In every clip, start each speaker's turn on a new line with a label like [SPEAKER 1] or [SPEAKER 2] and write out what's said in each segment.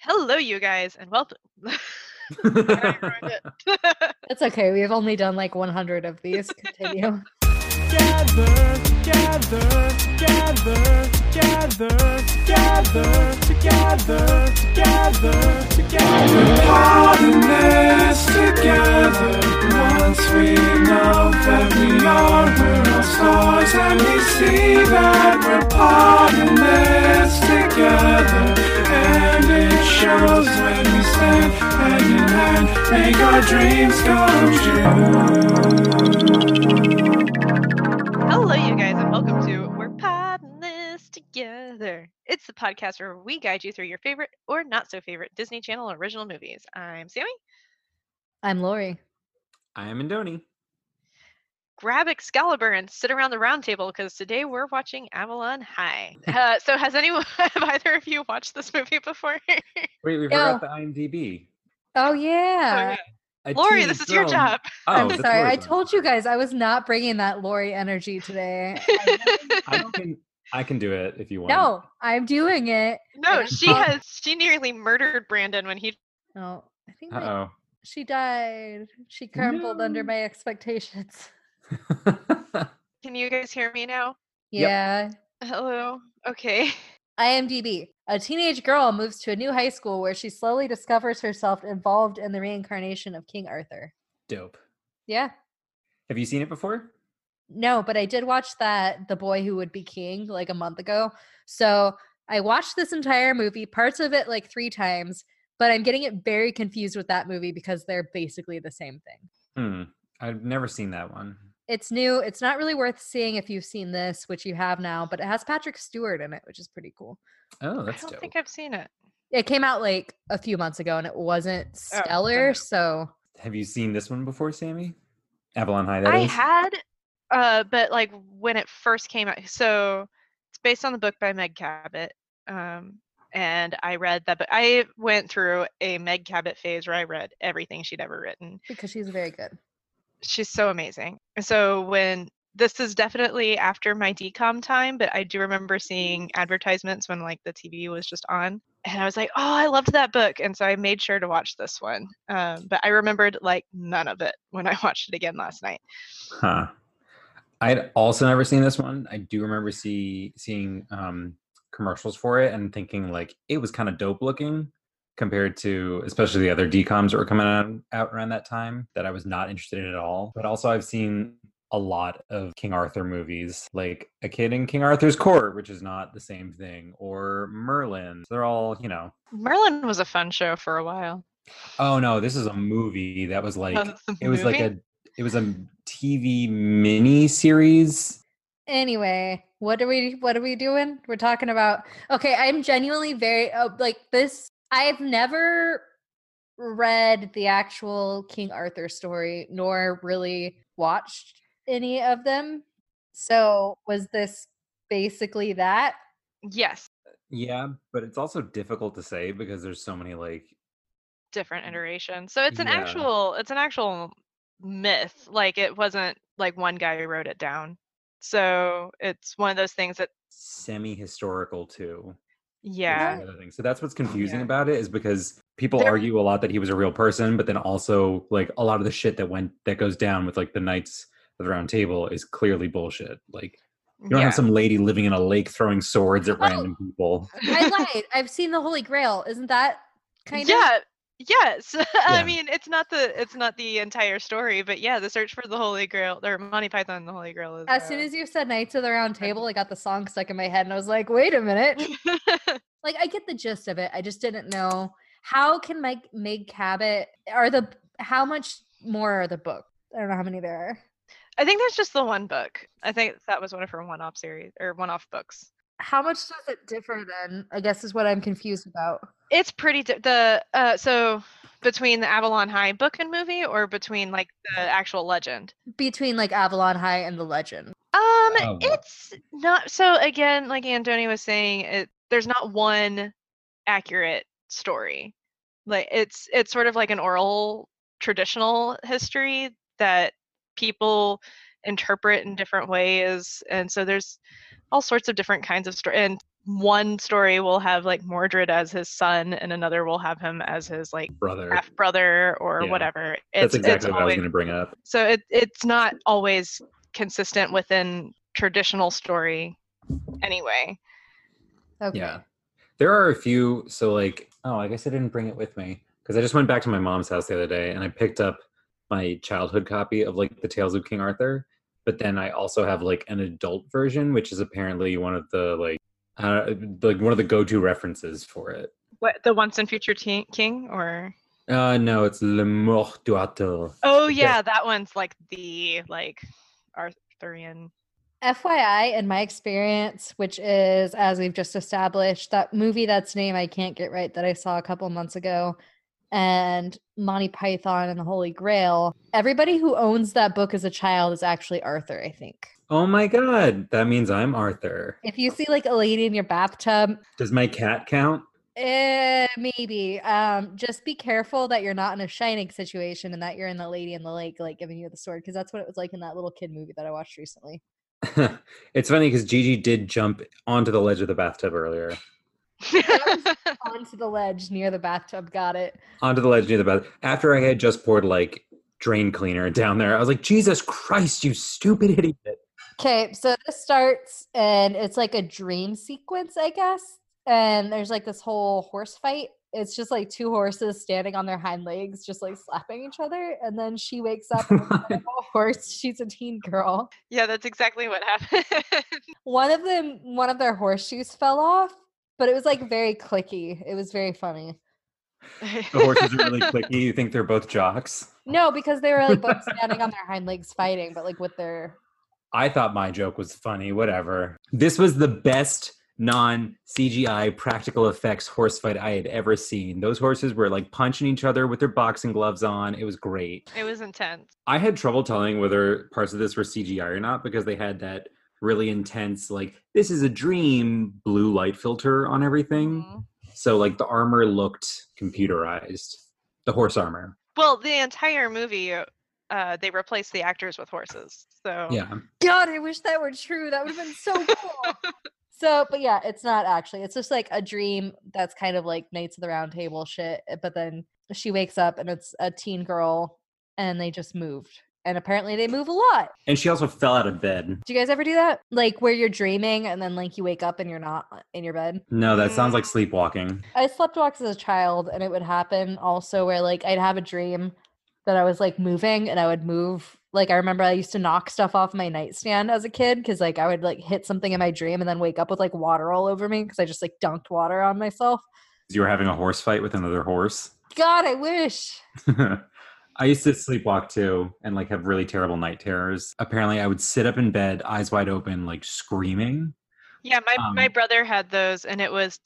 [SPEAKER 1] Hello, you guys, and welcome.
[SPEAKER 2] It's okay. We've only done like 100 of these. Continue.
[SPEAKER 3] Gather, gather, gather, gather, gather, together, together, together. Part in this together. Once we know that we are, we're all stars, and we see that we're part in this together. And it shows when we stand hand in hand, make our dreams come true.
[SPEAKER 1] Hello, you guys, and welcome to We're Podding This Together. It's the podcast where we guide you through your favorite or not so favorite Disney Channel original movies. I'm Sammy.
[SPEAKER 2] I'm Lori.
[SPEAKER 4] I am Indoni.
[SPEAKER 1] Grab Excalibur and sit around the round table because today we're watching Avalon High. Uh, so, has anyone, have either of you watched this movie before? Oh,
[SPEAKER 4] Wait, we forgot the IMDb.
[SPEAKER 2] Oh, yeah.
[SPEAKER 1] yeah.
[SPEAKER 4] A
[SPEAKER 1] Lori,
[SPEAKER 4] teen
[SPEAKER 1] this is your
[SPEAKER 4] drone-
[SPEAKER 1] job.
[SPEAKER 4] Oh,
[SPEAKER 2] I'm
[SPEAKER 4] that's
[SPEAKER 2] sorry.
[SPEAKER 4] Lori's
[SPEAKER 2] I
[SPEAKER 4] one.
[SPEAKER 2] told you guys I was not bringing that Lori energy today.
[SPEAKER 4] I don't think I can do it if you want.
[SPEAKER 2] no, I'm doing it.
[SPEAKER 1] no,
[SPEAKER 2] I'm
[SPEAKER 1] she
[SPEAKER 2] not.
[SPEAKER 1] has, she nearly murdered Brandon when he.
[SPEAKER 2] Oh, I think my-
[SPEAKER 4] Uh
[SPEAKER 2] she died. She crumbled under
[SPEAKER 4] No.
[SPEAKER 2] my expectations.
[SPEAKER 4] oh.
[SPEAKER 1] Can you guys hear me now?
[SPEAKER 4] Yep.
[SPEAKER 2] Yeah.
[SPEAKER 1] Hello. Okay.
[SPEAKER 2] IMDb. A teenage girl moves to a new high school where she slowly discovers herself involved in the reincarnation of King Arthur.
[SPEAKER 4] Dope.
[SPEAKER 2] Yeah.
[SPEAKER 4] Have you seen it before?
[SPEAKER 2] No, but I did watch that The Boy Who Would Be King like a month ago. So I watched this entire movie, parts of it like three times, but I'm getting it very confused with that movie because they're basically the same thing.
[SPEAKER 4] Hmm. I've never seen that one.
[SPEAKER 2] It's new. It's not really worth seeing if you've seen this, which you have now, but it has Patrick Stewart in it, which is pretty cool.
[SPEAKER 4] Oh,
[SPEAKER 1] I
[SPEAKER 4] that's
[SPEAKER 1] don't
[SPEAKER 4] dope.
[SPEAKER 1] think I've seen it.
[SPEAKER 2] It came out like a few months ago and it wasn't
[SPEAKER 1] then
[SPEAKER 2] stellar.
[SPEAKER 1] no.
[SPEAKER 2] So
[SPEAKER 4] Have you seen this one before, Sammy? Avalon High. That
[SPEAKER 1] I
[SPEAKER 4] is?
[SPEAKER 1] had, uh, but like when it first came out, so it's based on the book by Meg Cabot. Um, and I read that, but I went through a Meg Cabot phase where I read everything she'd ever written.
[SPEAKER 2] because she's very good.
[SPEAKER 1] She's so amazing. And so when this is definitely after my decom time, but I do remember seeing advertisements when like the TV was just on. And I was like, oh, I loved that book. And so I made sure to watch this one. Um, but I remembered like none of it when I watched it again last night.
[SPEAKER 4] Huh. I'd also never seen this one. I do remember see seeing um, commercials for it and thinking like it was kind of dope looking compared to especially the other DComs that were coming out, out around that time that I was not interested in at all. But also I've seen a lot of King Arthur movies, like A Kid in King Arthur's Court, which is not the same thing, or Merlin. They're all, you know.
[SPEAKER 1] Merlin was a fun show for a while.
[SPEAKER 4] Oh no, this is a movie that was like
[SPEAKER 1] Oh, that's the
[SPEAKER 4] it was like
[SPEAKER 1] movie?
[SPEAKER 4] a it was a TV mini series
[SPEAKER 2] anyway what are we what are we doing we're talking about okay i'm genuinely very oh, like this i've never read the actual king arthur story nor really watched any of them so was this basically that
[SPEAKER 1] Yes,
[SPEAKER 4] Yeah, but it's also difficult to say because there's so many like
[SPEAKER 1] different iteration. So it's an
[SPEAKER 4] Yeah.
[SPEAKER 1] actual it's an actual myth. Like it wasn't like one guy who wrote it down. So it's one of those things that
[SPEAKER 4] semi-historical too. is
[SPEAKER 1] yeah. Oh,
[SPEAKER 4] another thing. So that's what's confusing
[SPEAKER 1] Yeah.
[SPEAKER 4] about it is because people
[SPEAKER 1] There-
[SPEAKER 4] argue a lot that he was a real person, but then also like a lot of the shit that went that goes down with like the Knights of the Round Table is clearly bullshit. Like you don't
[SPEAKER 1] yeah.
[SPEAKER 4] have some lady living in a lake throwing swords at random people.
[SPEAKER 2] i lied i've seen the holy grail isn't that kind of
[SPEAKER 1] yeah. Yes. I
[SPEAKER 4] Yeah.
[SPEAKER 1] mean, it's not the it's not the entire story, but yeah, the search for the Holy Grail or Monty Python and the Holy Grail is
[SPEAKER 2] as soon
[SPEAKER 1] uh,
[SPEAKER 2] as you said knights of the round table i got the song stuck in my head and i was like wait a minute
[SPEAKER 1] uh,
[SPEAKER 2] like I get the gist of it. I just didn't know how can Mike Meg Cabot are the how much more are the book? I don't know how many there are.
[SPEAKER 1] I think that's just the one book. I think that was one of her one-off series or one-off books.
[SPEAKER 2] How much does it differ then? I guess is what I'm confused about.
[SPEAKER 1] It's pretty di- the uh so between the Avalon High book and movie or between like the actual legend.
[SPEAKER 2] Between like Avalon High and the legend.
[SPEAKER 1] Um
[SPEAKER 4] Oh.
[SPEAKER 1] it's not so again like Andoni was saying it there's not one accurate story. Like it's it's sort of like an oral traditional history that people interpret in different ways and so there's all sorts of different kinds of story and one story will have like Mordred as his son, and another will have him as his like
[SPEAKER 4] brother.
[SPEAKER 1] half brother or
[SPEAKER 4] Yeah.
[SPEAKER 1] whatever.
[SPEAKER 4] That's
[SPEAKER 1] uh, It's, it's
[SPEAKER 4] exactly what I was
[SPEAKER 1] always,
[SPEAKER 4] going to bring up.
[SPEAKER 1] so it, it's not always consistent within traditional story anyway.
[SPEAKER 2] Okay.
[SPEAKER 4] Yeah. There are a few. So, like, oh, I guess I didn't bring it with me because I just went back to my mom's house the other day and I picked up my childhood copy of like the Tales of King Arthur. But then I also have like an adult version, which is apparently one of the like, uh, like one of the go-to references for it.
[SPEAKER 1] What the once and future Ti- king or
[SPEAKER 4] Uh, no, it's Le Mort d'Arthur.
[SPEAKER 1] oh
[SPEAKER 4] Okay.
[SPEAKER 1] yeah, that one's like the like Arthurian.
[SPEAKER 2] FYI, in my experience, which is, as we've just established, that movie that's name I can't get right that I saw a couple months ago, and Monty Python and the Holy Grail, everybody who owns that book as a child is actually Arthur, I think.
[SPEAKER 4] Oh my god, that means I'm Arthur.
[SPEAKER 2] If you see like a lady in your bathtub,
[SPEAKER 4] Does my cat count?
[SPEAKER 2] eh, maybe. Um, just be careful that you're not in a shining situation and that you're in the lady in the lake, like giving you the sword, because that's what it was like in that little kid movie that I watched recently.
[SPEAKER 4] it's funny because Gigi did jump onto the ledge of the bathtub earlier.
[SPEAKER 2] Onto the ledge near the bathtub, got it.
[SPEAKER 4] Onto the ledge near the bath. After I had just poured like drain cleaner down there, I was like, Jesus Christ, you stupid idiot.
[SPEAKER 2] Okay, so this starts and it's like a dream sequence, I guess. And there's like this whole horse fight. It's just like two horses standing on their hind legs, just like slapping each other. And then she wakes up and it's not a horse. She's a teen girl.
[SPEAKER 1] yeah, that's exactly what happened.
[SPEAKER 2] One of them, one of their horseshoes fell off, but it was like very clicky. It was very funny.
[SPEAKER 4] The horses are really clicky. You think they're both jocks?
[SPEAKER 2] No, because they were like both standing on their hind legs fighting, but like with their
[SPEAKER 4] I thought my joke was funny, whatever. This was the best non CGI practical effects horse fight I had ever seen. Those horses were like punching each other with their boxing gloves on. It was great.
[SPEAKER 1] It was intense.
[SPEAKER 4] I had trouble telling whether parts of this were CGI or not because they had that really intense, like, this is a dream blue light filter on everything.
[SPEAKER 1] Mhm.
[SPEAKER 4] So, like, the armor looked computerized, the horse armor.
[SPEAKER 1] Well, the entire movie, uh, they replaced the actors with horses. So
[SPEAKER 4] Yeah.
[SPEAKER 2] God, I wish that were true. That would have been so cool. so, but yeah, it's not actually. It's just like a dream that's kind of like Knights of the Round Table shit. uh, But then she wakes up and it's a teen girl and they just moved. And apparently they move a lot.
[SPEAKER 4] And she also fell out of bed.
[SPEAKER 2] Do you guys ever do that? Like where you're dreaming and then like you wake up and you're not uh, in your bed?
[SPEAKER 4] No, that sounds like sleepwalking.
[SPEAKER 2] I slept walks as a child and it would happen also where like I'd have a dream that I was like moving and I would move like I remember I used to knock stuff off my nightstand as a kid cuz like I would like hit something in my dream and then wake up with like water all over me cuz I just like dunked water on myself.
[SPEAKER 4] You were having a horse fight with another horse.
[SPEAKER 2] God, I wish.
[SPEAKER 4] I used to sleepwalk too and like have really terrible night terrors. Apparently, I would sit up in bed, eyes wide open, like screaming.
[SPEAKER 1] yeah, my my
[SPEAKER 4] Um,
[SPEAKER 1] brother had those, and it was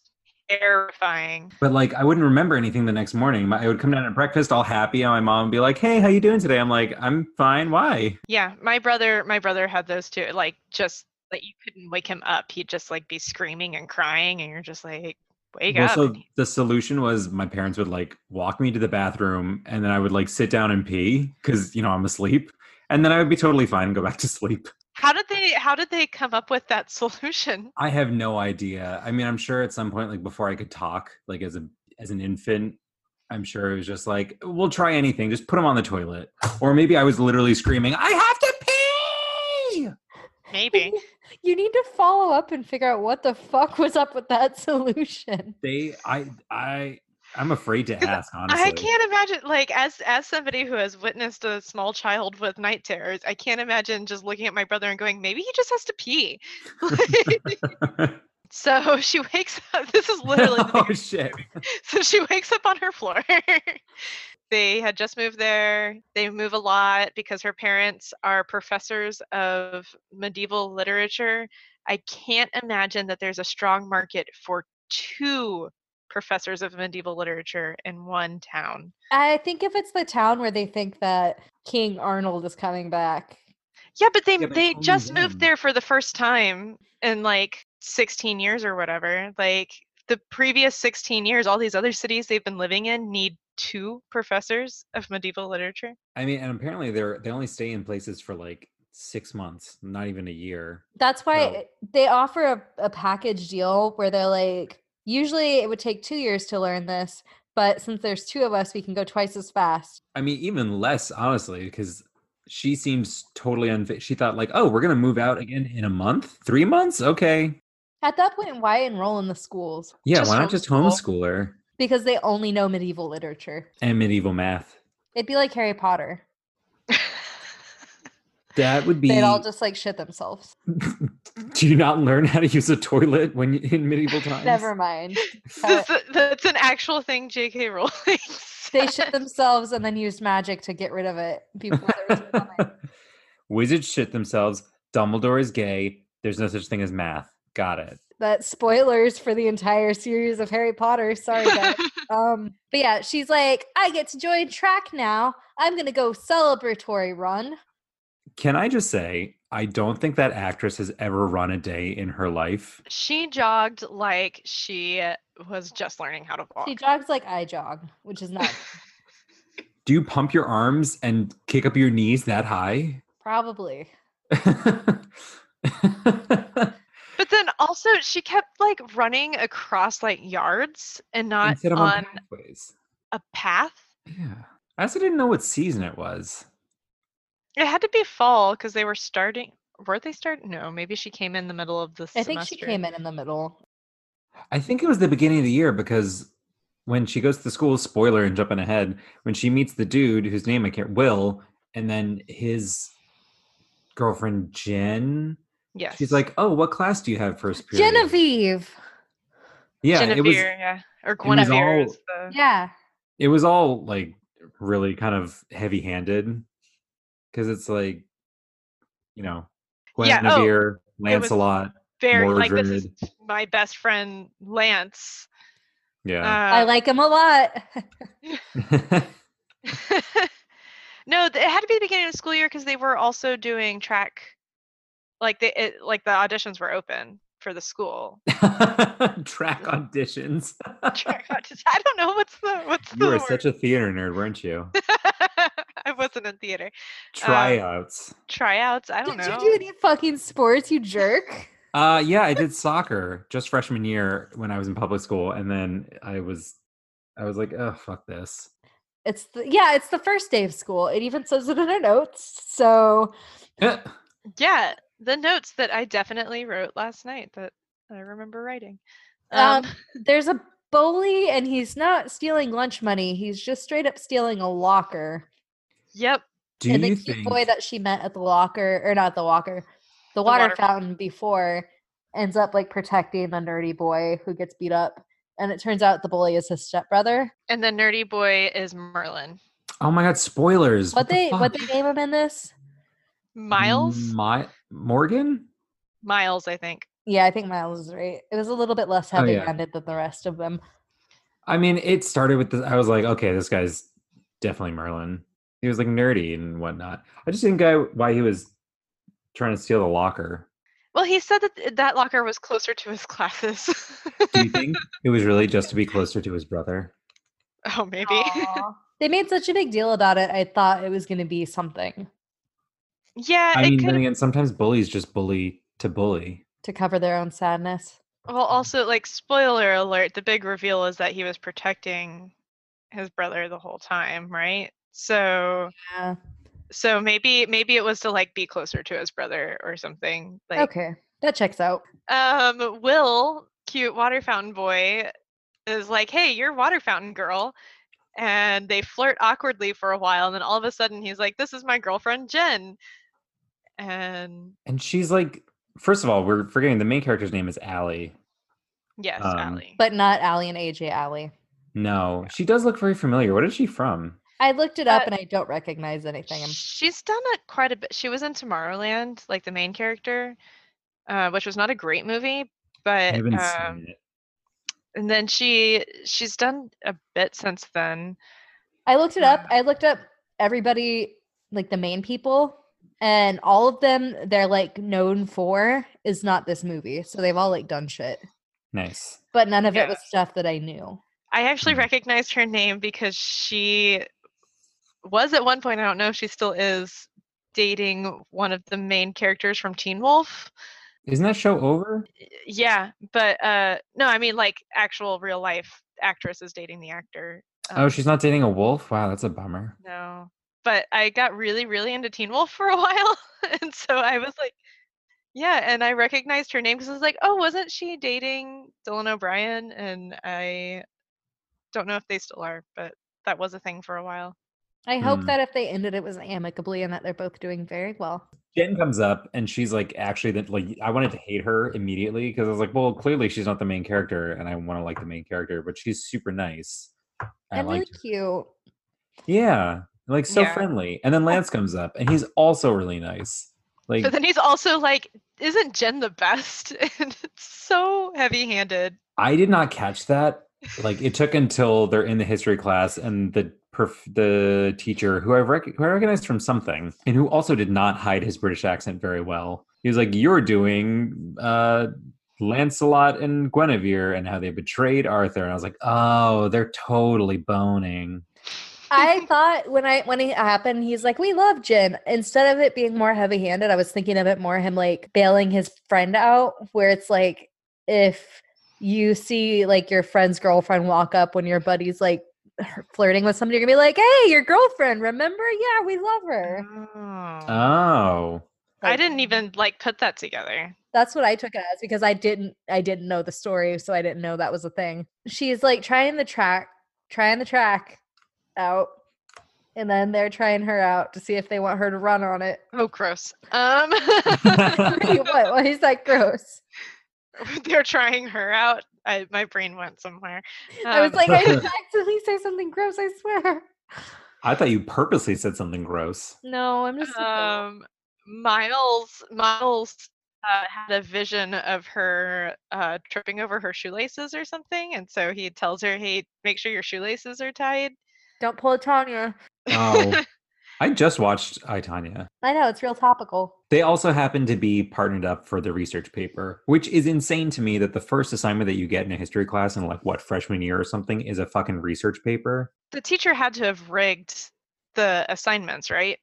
[SPEAKER 1] terrifying.
[SPEAKER 4] But like, I wouldn't remember anything the next morning. My, I would come down at breakfast, all happy, and my mom would be like, "Hey, how you doing today?" I'm like, "I'm fine. Why?"
[SPEAKER 1] Yeah, my brother, my brother had those too. Like just like you couldn't wake him up. He'd just like be screaming and crying, and you're just like, wake
[SPEAKER 4] Well,
[SPEAKER 1] up.
[SPEAKER 4] so the solution was my parents would like walk me to the bathroom, and then I would like sit down and pee because you know I'm asleep, and then I would be totally fine and go back to sleep.
[SPEAKER 1] How did they? How did they come up with that solution?
[SPEAKER 4] I have no idea. I mean, I'm sure at some point, like before I could talk, like as a as an infant, I'm sure it was just like, "We'll try anything. Just put them on the toilet," or maybe I was literally screaming, "I have to pee!"
[SPEAKER 1] Maybe.
[SPEAKER 2] You need to follow up and figure out what the fuck was up with that solution.
[SPEAKER 4] they i i i'm afraid to
[SPEAKER 1] 'Cause
[SPEAKER 4] ask honestly
[SPEAKER 1] I can't imagine, like, as as somebody who has witnessed a small child with night terrors, I can't imagine just looking at my brother and going, maybe he just has to pee. so she wakes up. This is literally. The
[SPEAKER 4] oh
[SPEAKER 1] biggest-
[SPEAKER 4] shit
[SPEAKER 1] so she wakes up on her floor. they had just moved there. They move a lot because her parents are professors of medieval literature. I can't imagine that there's a strong market for two professors of medieval literature in one town.
[SPEAKER 2] I think if it's the town where they think that King Arnold is coming back.
[SPEAKER 1] Yeah, but they
[SPEAKER 4] Yeah, but
[SPEAKER 1] they
[SPEAKER 4] only
[SPEAKER 1] just
[SPEAKER 4] them.
[SPEAKER 1] moved there for the first time in like 16 years or whatever. Like the previous 16 years, all these other cities they've been living in need two professors of medieval literature.
[SPEAKER 4] i mean and apparently they're they only stay in places for like six months, not even a year.
[SPEAKER 2] That's why
[SPEAKER 4] So-
[SPEAKER 2] it- they offer a, a package deal where they're like, usually it would take two years to learn this, but since there's two of us, we can go twice as fast.
[SPEAKER 4] I mean, even less, honestly, because she seems totally unfit. She thought, like, oh, we're going to move out again in a month, three months? Okay.
[SPEAKER 2] At that point, why enroll in the schools?
[SPEAKER 4] Yeah,
[SPEAKER 1] Just
[SPEAKER 4] why not just
[SPEAKER 1] homeschool.
[SPEAKER 4] homeschool her
[SPEAKER 2] Because they only know medieval literature.
[SPEAKER 4] and medieval math?
[SPEAKER 2] It'd be like Harry Potter.
[SPEAKER 4] That would be.
[SPEAKER 2] They'd all just like shit themselves.
[SPEAKER 4] Do you not learn how to use a toilet when you, in medieval times?
[SPEAKER 2] Never mind.
[SPEAKER 1] This is- that's an actual thing J.K. Rowling
[SPEAKER 2] They
[SPEAKER 1] said.
[SPEAKER 2] shit themselves and then used magic to get rid of it. People with their evil mind.
[SPEAKER 4] Wizards shit themselves. Dumbledore is gay. There's no such thing as math. Got it.
[SPEAKER 2] that spoilers for the entire series of Harry Potter. Sorry guys. Um, but yeah, she's like, I get to join track now. I'm gonna go celebratory run.
[SPEAKER 4] Can I just say, I don't think that actress has ever run a day in her life.
[SPEAKER 1] she jogged like she was just learning how to walk.
[SPEAKER 2] She jogs like I jog, which is not
[SPEAKER 4] Do you pump your arms and kick up your knees that high?
[SPEAKER 2] probably.
[SPEAKER 1] But then also she kept like running across like yards and not
[SPEAKER 4] Instead of
[SPEAKER 1] on
[SPEAKER 4] pathways.
[SPEAKER 1] a path.
[SPEAKER 4] Yeah. I also didn't know what season it was.
[SPEAKER 1] It had to be fall because they were starting. Were they starting? No, maybe she came in the middle of the
[SPEAKER 2] I
[SPEAKER 1] semester.
[SPEAKER 2] think she came in in the middle.
[SPEAKER 4] I think it was the beginning of the year because when she goes to the school, spoiler and jumping ahead, when she meets the dude whose name I can't Will, and then his girlfriend Jen.
[SPEAKER 1] Yes.
[SPEAKER 4] She's like, "Oh, what class do you have first period?"
[SPEAKER 2] Genevieve.
[SPEAKER 4] Yeah, it
[SPEAKER 1] Genevieve,
[SPEAKER 4] was.
[SPEAKER 1] yeah. Or
[SPEAKER 4] was
[SPEAKER 1] Guinevere.
[SPEAKER 4] all-
[SPEAKER 1] is the-
[SPEAKER 2] Yeah.
[SPEAKER 4] It was all like really kind of heavy-handed because it's like, you know,
[SPEAKER 1] Yeah, oh,
[SPEAKER 4] Guinevere,
[SPEAKER 1] was-
[SPEAKER 4] Lancelot.
[SPEAKER 1] Very like this is
[SPEAKER 4] Mordred.
[SPEAKER 1] my best friend Lance.
[SPEAKER 4] Yeah.
[SPEAKER 2] I
[SPEAKER 1] Uh,
[SPEAKER 2] like him a lot. uh
[SPEAKER 1] no, th- it had to be the beginning of the school year because they were also doing track, like the it, like the auditions were open for the school.
[SPEAKER 4] Track auditions.
[SPEAKER 1] Track auditions. I don't know what's the what's
[SPEAKER 4] you
[SPEAKER 1] the
[SPEAKER 4] were
[SPEAKER 1] word.
[SPEAKER 4] such a theater nerd, weren't you?
[SPEAKER 2] Uh
[SPEAKER 1] I wasn't in theater
[SPEAKER 4] Tryouts.
[SPEAKER 1] tryouts. I
[SPEAKER 2] Did
[SPEAKER 1] don't
[SPEAKER 2] you
[SPEAKER 1] know.
[SPEAKER 2] do any fucking sports, you jerk?
[SPEAKER 4] Uh, yeah, I did soccer just freshman year when I was in public school, and then I was, I was like, oh fuck this.
[SPEAKER 2] It's the yeah, it's the first day of school. It even says it in her notes. So
[SPEAKER 4] Eh.
[SPEAKER 1] yeah, the notes that I definitely wrote last night that I remember writing.
[SPEAKER 2] Um,
[SPEAKER 1] Um,
[SPEAKER 2] there's a bully and he's not stealing lunch money. He's just straight up stealing a locker.
[SPEAKER 1] yep.
[SPEAKER 4] Do
[SPEAKER 2] and the
[SPEAKER 4] you
[SPEAKER 2] cute
[SPEAKER 4] think?
[SPEAKER 2] boy that she met at the locker or not at the locker, the water,
[SPEAKER 1] water fountain.
[SPEAKER 2] fountain before ends up like protecting the nerdy boy who gets beat up. And it turns out the bully is his stepbrother.
[SPEAKER 1] And the nerdy boy is Merlin.
[SPEAKER 4] oh my god, spoilers!
[SPEAKER 2] What
[SPEAKER 4] the
[SPEAKER 2] they what
[SPEAKER 4] fuck?
[SPEAKER 2] they name him in this?
[SPEAKER 1] Miles?
[SPEAKER 4] My Morgan.
[SPEAKER 1] Miles, I think.
[SPEAKER 2] Yeah, I think Miles is right. It was a little bit less
[SPEAKER 4] Oh, yeah.
[SPEAKER 2] heavy handed than the rest of them.
[SPEAKER 4] I mean, it started with this. I was like, okay, this guy's definitely Merlin. He was like nerdy and whatnot. I just didn't get why he was trying to steal the locker.
[SPEAKER 1] Well, he said that th- that locker was closer to his classes.
[SPEAKER 4] Do you think it was really just to be closer to his brother?
[SPEAKER 1] oh, maybe.
[SPEAKER 2] they made such a big deal about it. I thought it was going to be something
[SPEAKER 1] yeah,
[SPEAKER 4] I
[SPEAKER 1] it
[SPEAKER 4] mean,
[SPEAKER 1] could.
[SPEAKER 4] then again, sometimes bullies just bully to bully.
[SPEAKER 2] to cover their own sadness.
[SPEAKER 1] Well, also, like, spoiler alert: the big reveal is that he was protecting his brother the whole time, right? So,
[SPEAKER 2] Yeah.
[SPEAKER 1] so maybe maybe it was to like be closer to his brother or something. Like,
[SPEAKER 2] okay, that checks out.
[SPEAKER 1] um, Will, cute water fountain boy, is like, "Hey, you're water fountain girl," and they flirt awkwardly for a while, and then all of a sudden he's like, "This is my girlfriend Jen," and
[SPEAKER 4] And she's like, first of all, we're forgetting the main character's name is Allie.
[SPEAKER 1] yes,
[SPEAKER 4] Um,
[SPEAKER 1] Allie.
[SPEAKER 2] But not Allie and AJ Allie.
[SPEAKER 4] No, she does look very familiar. What is she from?
[SPEAKER 2] I looked it up
[SPEAKER 1] Uh,
[SPEAKER 2] and I don't recognize anything. I'm-
[SPEAKER 1] She's done it quite a bit. She was in Tomorrowland, like the main character, uh, which was not a great movie,
[SPEAKER 4] I
[SPEAKER 1] but
[SPEAKER 4] haven't
[SPEAKER 1] um,
[SPEAKER 4] seen it.
[SPEAKER 1] and then she she's done a bit since then.
[SPEAKER 2] I looked it up. I looked up everybody, like the main people, and all of them they're like known for is not this movie. So they've all like done shit,
[SPEAKER 4] Nice.
[SPEAKER 2] but none of
[SPEAKER 1] Yeah.
[SPEAKER 2] it was stuff that I knew.
[SPEAKER 1] I actually
[SPEAKER 4] Mm.
[SPEAKER 1] recognized her name because she was at one point, I don't know if she still is, dating one of the main characters from Teen Wolf.
[SPEAKER 4] Isn't that show over?
[SPEAKER 1] Yeah, but uh no, I mean like actual real life actress is dating the actor.
[SPEAKER 4] oh,
[SPEAKER 1] Um,
[SPEAKER 4] she's not dating a wolf. Wow, that's a bummer.
[SPEAKER 1] No. But I got really, really into Teen Wolf for a while. and so I was like, yeah. And I recognized her name because I was like, oh, wasn't she dating Dylan O'Brien? And I don't know if they still are, but that was a thing for a while.
[SPEAKER 2] I hope
[SPEAKER 4] Hmm.
[SPEAKER 2] that if they ended it was amicably and that they're both doing very well.
[SPEAKER 4] Jen comes up and she's like, actually, that like I wanted to hate her immediately because I was like, well, clearly she's not the main character, and I want to like the main character, but she's super nice. I
[SPEAKER 2] And
[SPEAKER 4] like,
[SPEAKER 2] really cute.
[SPEAKER 4] yeah, like so
[SPEAKER 1] Yeah.
[SPEAKER 4] friendly. And then Lance comes up and he's also really nice. Like,
[SPEAKER 1] But then he's also like, isn't Jen the best? and it's so heavy handed.
[SPEAKER 4] I did not catch that. Like it took until they're in the history class and the perf- the teacher who I rec- who I recognized from something and who also did not hide his British accent very well. He was like, "You're doing uh, Lancelot and Guinevere and how they betrayed Arthur," and I was like, "Oh, they're totally boning."
[SPEAKER 2] I thought when I when it happened, he's like, "We love Jin." Instead of it being more heavy-handed, I was thinking of it more him like bailing his friend out, where it's like if you see like your friend's girlfriend walk up when your buddy's like flirting with somebody, you're gonna be like, "Hey, your girlfriend, remember? Yeah, we love
[SPEAKER 1] Mm-hmm.
[SPEAKER 2] her." uh,
[SPEAKER 1] Oh.
[SPEAKER 4] Oh,
[SPEAKER 1] I
[SPEAKER 2] Like,
[SPEAKER 1] didn't even like put that together.
[SPEAKER 2] That's what I took it as because I didn't I didn't know the story, so I didn't know that was a thing. She's like trying the track, trying the track out, and then they're trying her out to see if they want her to run on it.
[SPEAKER 1] Oh, gross. Um,
[SPEAKER 2] Wait, what? Why is that gross?
[SPEAKER 1] they're trying her out. I, my brain went somewhere.
[SPEAKER 2] I was
[SPEAKER 1] Um,
[SPEAKER 2] like, I didn't accidentally say something gross. I swear.
[SPEAKER 4] I thought you purposely said something gross.
[SPEAKER 2] No, I'm just.
[SPEAKER 1] um, Miles Miles uh, had a vision of her uh, tripping over her shoelaces or something, and so he tells her, "Hey, make sure your shoelaces are tied."
[SPEAKER 2] don't pull a Tanya.
[SPEAKER 4] Oh, I just watched I Tanya.
[SPEAKER 2] I know it's real topical.
[SPEAKER 4] They also happen to be partnered up for the research paper, which is insane to me that the first assignment that you get in a history class in like what freshman year or something is a fucking research paper.
[SPEAKER 1] the teacher had to have rigged the assignments, right?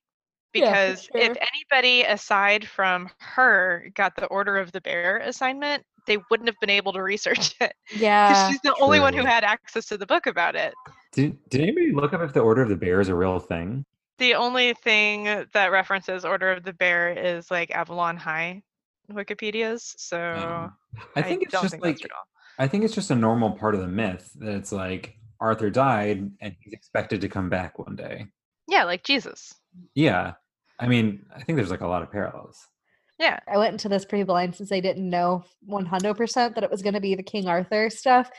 [SPEAKER 2] Yeah, for
[SPEAKER 1] Because
[SPEAKER 2] sure.
[SPEAKER 1] if anybody aside from her got the Order of the Bear assignment, they wouldn't have been able to research it. 'cause
[SPEAKER 2] Yeah.
[SPEAKER 1] she's the only one who
[SPEAKER 4] true.
[SPEAKER 1] had access to the book about it.
[SPEAKER 4] Did, did anybody look up if the Order of the Bear is a real thing?
[SPEAKER 1] The only thing that references Order of the Bear is like Avalon High Wikipedia's. So
[SPEAKER 4] Um, I think it's
[SPEAKER 1] Uh, don't
[SPEAKER 4] just
[SPEAKER 1] that's
[SPEAKER 4] like
[SPEAKER 1] real.
[SPEAKER 4] I think it's just a normal part of the myth that it's like Arthur died and he's expected to come back one day.
[SPEAKER 1] yeah, like Jesus.
[SPEAKER 4] Yeah. I mean, I think there's like a lot of parallels.
[SPEAKER 1] Yeah,
[SPEAKER 2] I went into this pretty blind since I didn't know 100% that it was going to be the King Arthur stuff.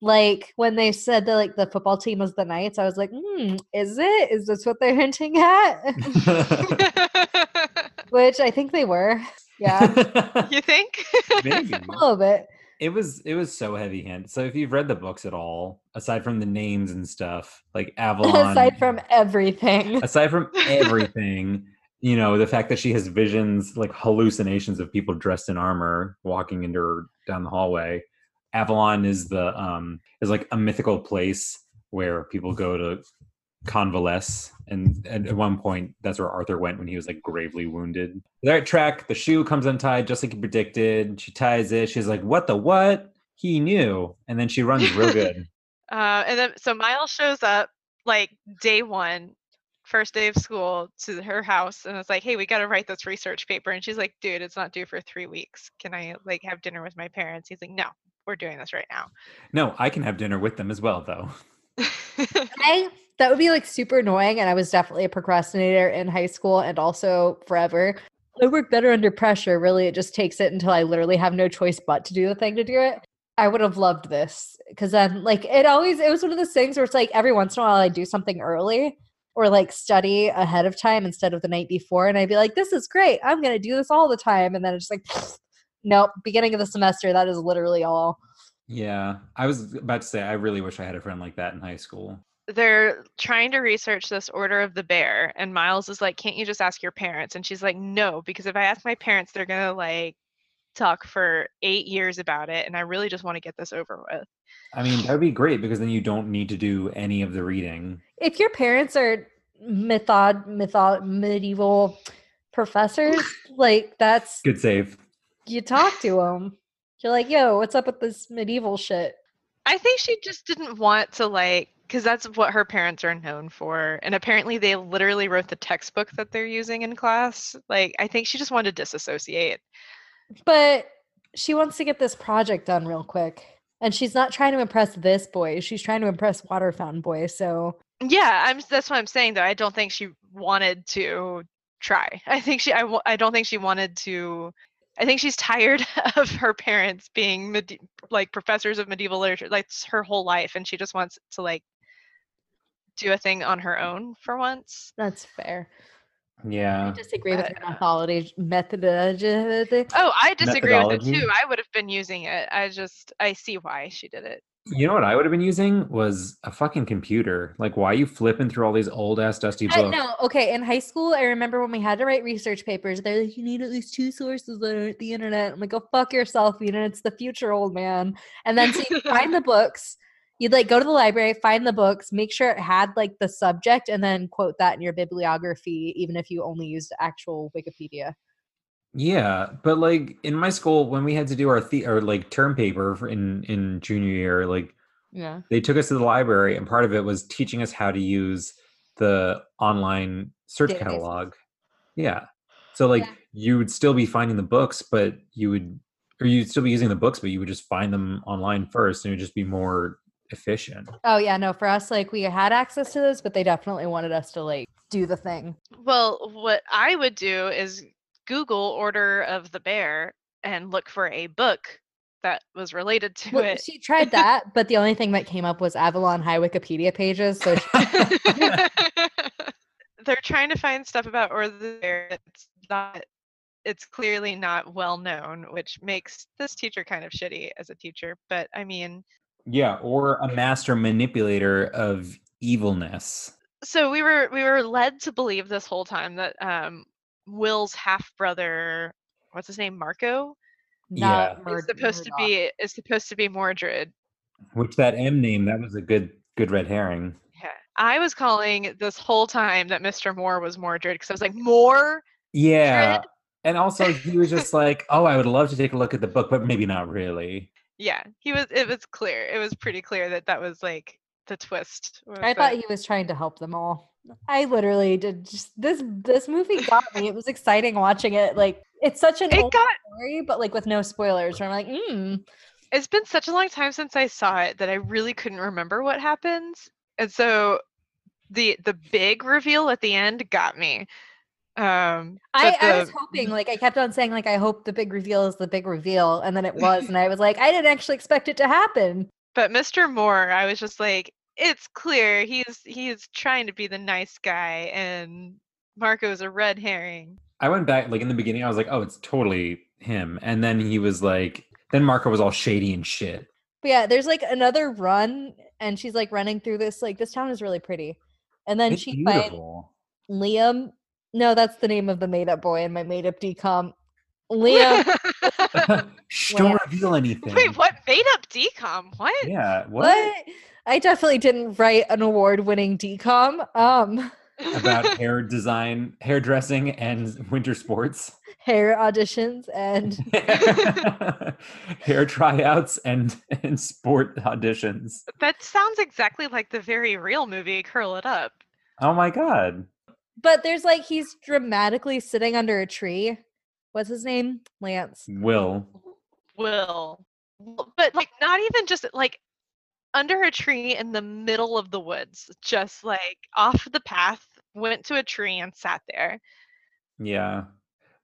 [SPEAKER 2] Like when they said that like the football team was the Knights, I was like, hmm, is it? Is this what they're hinting at? Which I think they were. Yeah,
[SPEAKER 1] you think?
[SPEAKER 4] Maybe.
[SPEAKER 2] a little bit.
[SPEAKER 4] it was it was so heavy handed so if you've read the books at all aside from the names and stuff like avalon
[SPEAKER 2] Aside from everything.
[SPEAKER 4] aside from everything you know the fact that she has visions like hallucinations of people dressed in armor walking into her down the hallway avalon is the um is like a mythical place where people go to convalesce and, and at one point that's where arthur went when he was like gravely wounded that track the shoe comes untied just like he predicted she ties it she's like what the what he knew and then she runs real good
[SPEAKER 1] Uh, and then so Miles shows up like day one, first day of school to her house, and it's like, hey, we got to write this research paper. And she's like, dude, it's not due for three weeks. Can I like have dinner with my parents? He's like, no, we're doing this right now.
[SPEAKER 4] no i can have dinner with them as well though
[SPEAKER 2] I that would be like super annoying, and I was definitely a procrastinator in high school and also forever. I work better under pressure. Really, it just takes it until I literally have no choice but to do the thing to do it. I would have loved this because then, like, it always it was one of those things where it's like every once in a while I do something early or like study ahead of time instead of the night before, and I'd be like, "This is great. I'm gonna do this all the time," and then it's just like, "Nope." Beginning of the semester, that is literally all.
[SPEAKER 4] Yeah, I was about to say I really wish I had a friend like that in high school.
[SPEAKER 1] They're trying to research this order of the bear, and Miles is like, can't you just ask your parents? And she's like, no, because if I ask my parents, they're gonna like talk for eight years about it, and I really just want to get this over with.
[SPEAKER 4] I mean, that would be great because then you don't need to do any of the reading.
[SPEAKER 2] if your parents are method method medieval professors. like that's
[SPEAKER 4] Good save.
[SPEAKER 2] you talk to them. You're like, yo, what's up with this medieval shit?
[SPEAKER 1] I think she just didn't want to like because that's what her parents are known for and apparently they literally wrote the textbook that they're using in class like i think she just wanted to disassociate
[SPEAKER 2] But she wants to get this project done real quick. And she's not trying to impress this boy. She's trying to impress Water Fountain Boy. So
[SPEAKER 1] yeah i'm that's what i'm saying though i don't think she wanted to try i think she i, wa- I don't think she wanted to i think she's tired of her parents being medi- like professors of medieval literature like it's her whole life and she just wants to like do a thing on her own for once
[SPEAKER 2] that's fair. I
[SPEAKER 4] Yeah.
[SPEAKER 2] disagree with
[SPEAKER 1] But,
[SPEAKER 2] her methodology. methodology.
[SPEAKER 1] Oh, I disagree with it
[SPEAKER 4] methodology.
[SPEAKER 1] too. I would have been using it. I just I see why she did it.
[SPEAKER 4] You know what I would have been using was a fucking computer. Like, why are you flipping through all these old ass dusty
[SPEAKER 2] I,
[SPEAKER 4] books?
[SPEAKER 2] no, okay. In high school, I remember when we had to write research papers. They're like, you need at least two sources that aren't the internet. I'm like, go fuck yourself, you know, it's the future, old man. And then so you find the books. You'd like go to the library, find the books, make sure it had like the subject, and then quote that in your bibliography, even if you only used actual Wikipedia.
[SPEAKER 4] Yeah, but like in my school, when we had to do our the or like term paper for- in in junior year, like
[SPEAKER 2] Yeah.
[SPEAKER 4] they took us to the library, and part of it was teaching us how to use the online search
[SPEAKER 2] Databases.
[SPEAKER 4] catalog. Yeah, so like
[SPEAKER 2] Yeah.
[SPEAKER 4] you would still be finding the books, but you would or you'd still be using the books, but you would just find them online first, and it would just be more efficient.
[SPEAKER 2] Oh yeah, no, for us, like we had access to those, but they definitely wanted us to like do the thing.
[SPEAKER 1] Well, what I would do is Google Order of the Bear and look for a book that was related to
[SPEAKER 2] Well,
[SPEAKER 1] it.
[SPEAKER 2] she tried that, but the only thing that came up was Avalon High Wikipedia pages. So she
[SPEAKER 1] They're trying to find stuff about Order of the Bear that's not it's clearly not well known, which makes this teacher kind of shitty as a teacher, but I mean
[SPEAKER 4] Yeah, or a master manipulator of evilness.
[SPEAKER 1] so we were we were led to believe this whole time that um Will's half brother what's his name Marco
[SPEAKER 2] not
[SPEAKER 4] Yeah.
[SPEAKER 1] is supposed to be is supposed to be Mordred.
[SPEAKER 4] Which that M name, that was a good good red herring.
[SPEAKER 1] Yeah. I was calling this whole time that Mr. Moore was Mordred because I was like Moore.
[SPEAKER 4] Yeah. And also he was just like, Oh, I would love to take a look at the book, but maybe not really.
[SPEAKER 1] Yeah, he was. It was clear. It was pretty clear that that was like the twist. was
[SPEAKER 2] I
[SPEAKER 1] that-
[SPEAKER 2] thought he was trying to help them all. I literally did just this this movie got me. It was exciting watching it. Like it's such an
[SPEAKER 1] it
[SPEAKER 2] old
[SPEAKER 1] got.
[SPEAKER 2] story, but like with no spoilers. Where I'm like, mm.
[SPEAKER 1] It's been such a long time since I saw it that I really couldn't remember what happens, and so the the big reveal at the end got me. Um,
[SPEAKER 2] I,
[SPEAKER 1] but
[SPEAKER 2] I was
[SPEAKER 1] the-
[SPEAKER 2] hoping, like I kept on saying, like, I hope the big reveal is the big reveal. And then it was, and I was like, I didn't actually expect it to happen.
[SPEAKER 1] But Mr. Moore, I was just like, it's clear he's he's trying to be the nice guy, and Marco's a red herring.
[SPEAKER 4] I went back like in the beginning, I was like, Oh, it's totally him. And then he was like then Marco was all shady and shit.
[SPEAKER 2] But yeah, there's like another run, and she's like running through this, like, this town is really pretty. And then
[SPEAKER 4] It's
[SPEAKER 2] she finds
[SPEAKER 4] beautiful.
[SPEAKER 2] Liam. No, that's the name of the made up boy in my made up decom. Liam.
[SPEAKER 4] Shh, don't
[SPEAKER 2] Wow.
[SPEAKER 4] reveal anything.
[SPEAKER 1] Wait, what? Made up decom? What?
[SPEAKER 4] Yeah.
[SPEAKER 2] what? I definitely didn't write an award winning decom. Um,
[SPEAKER 4] About hair design, hairdressing, and winter sports.
[SPEAKER 2] hair auditions and
[SPEAKER 4] hair tryouts and and sport auditions.
[SPEAKER 1] that sounds exactly like the very real movie Curl It Up.
[SPEAKER 4] Oh my god.
[SPEAKER 2] but there's like he's dramatically sitting under a tree. What's his name? Lance.
[SPEAKER 4] Will.
[SPEAKER 1] Will. Well, But like not even just like under a tree in the middle of the woods, just like off the path, went to a tree and sat there.
[SPEAKER 4] Yeah.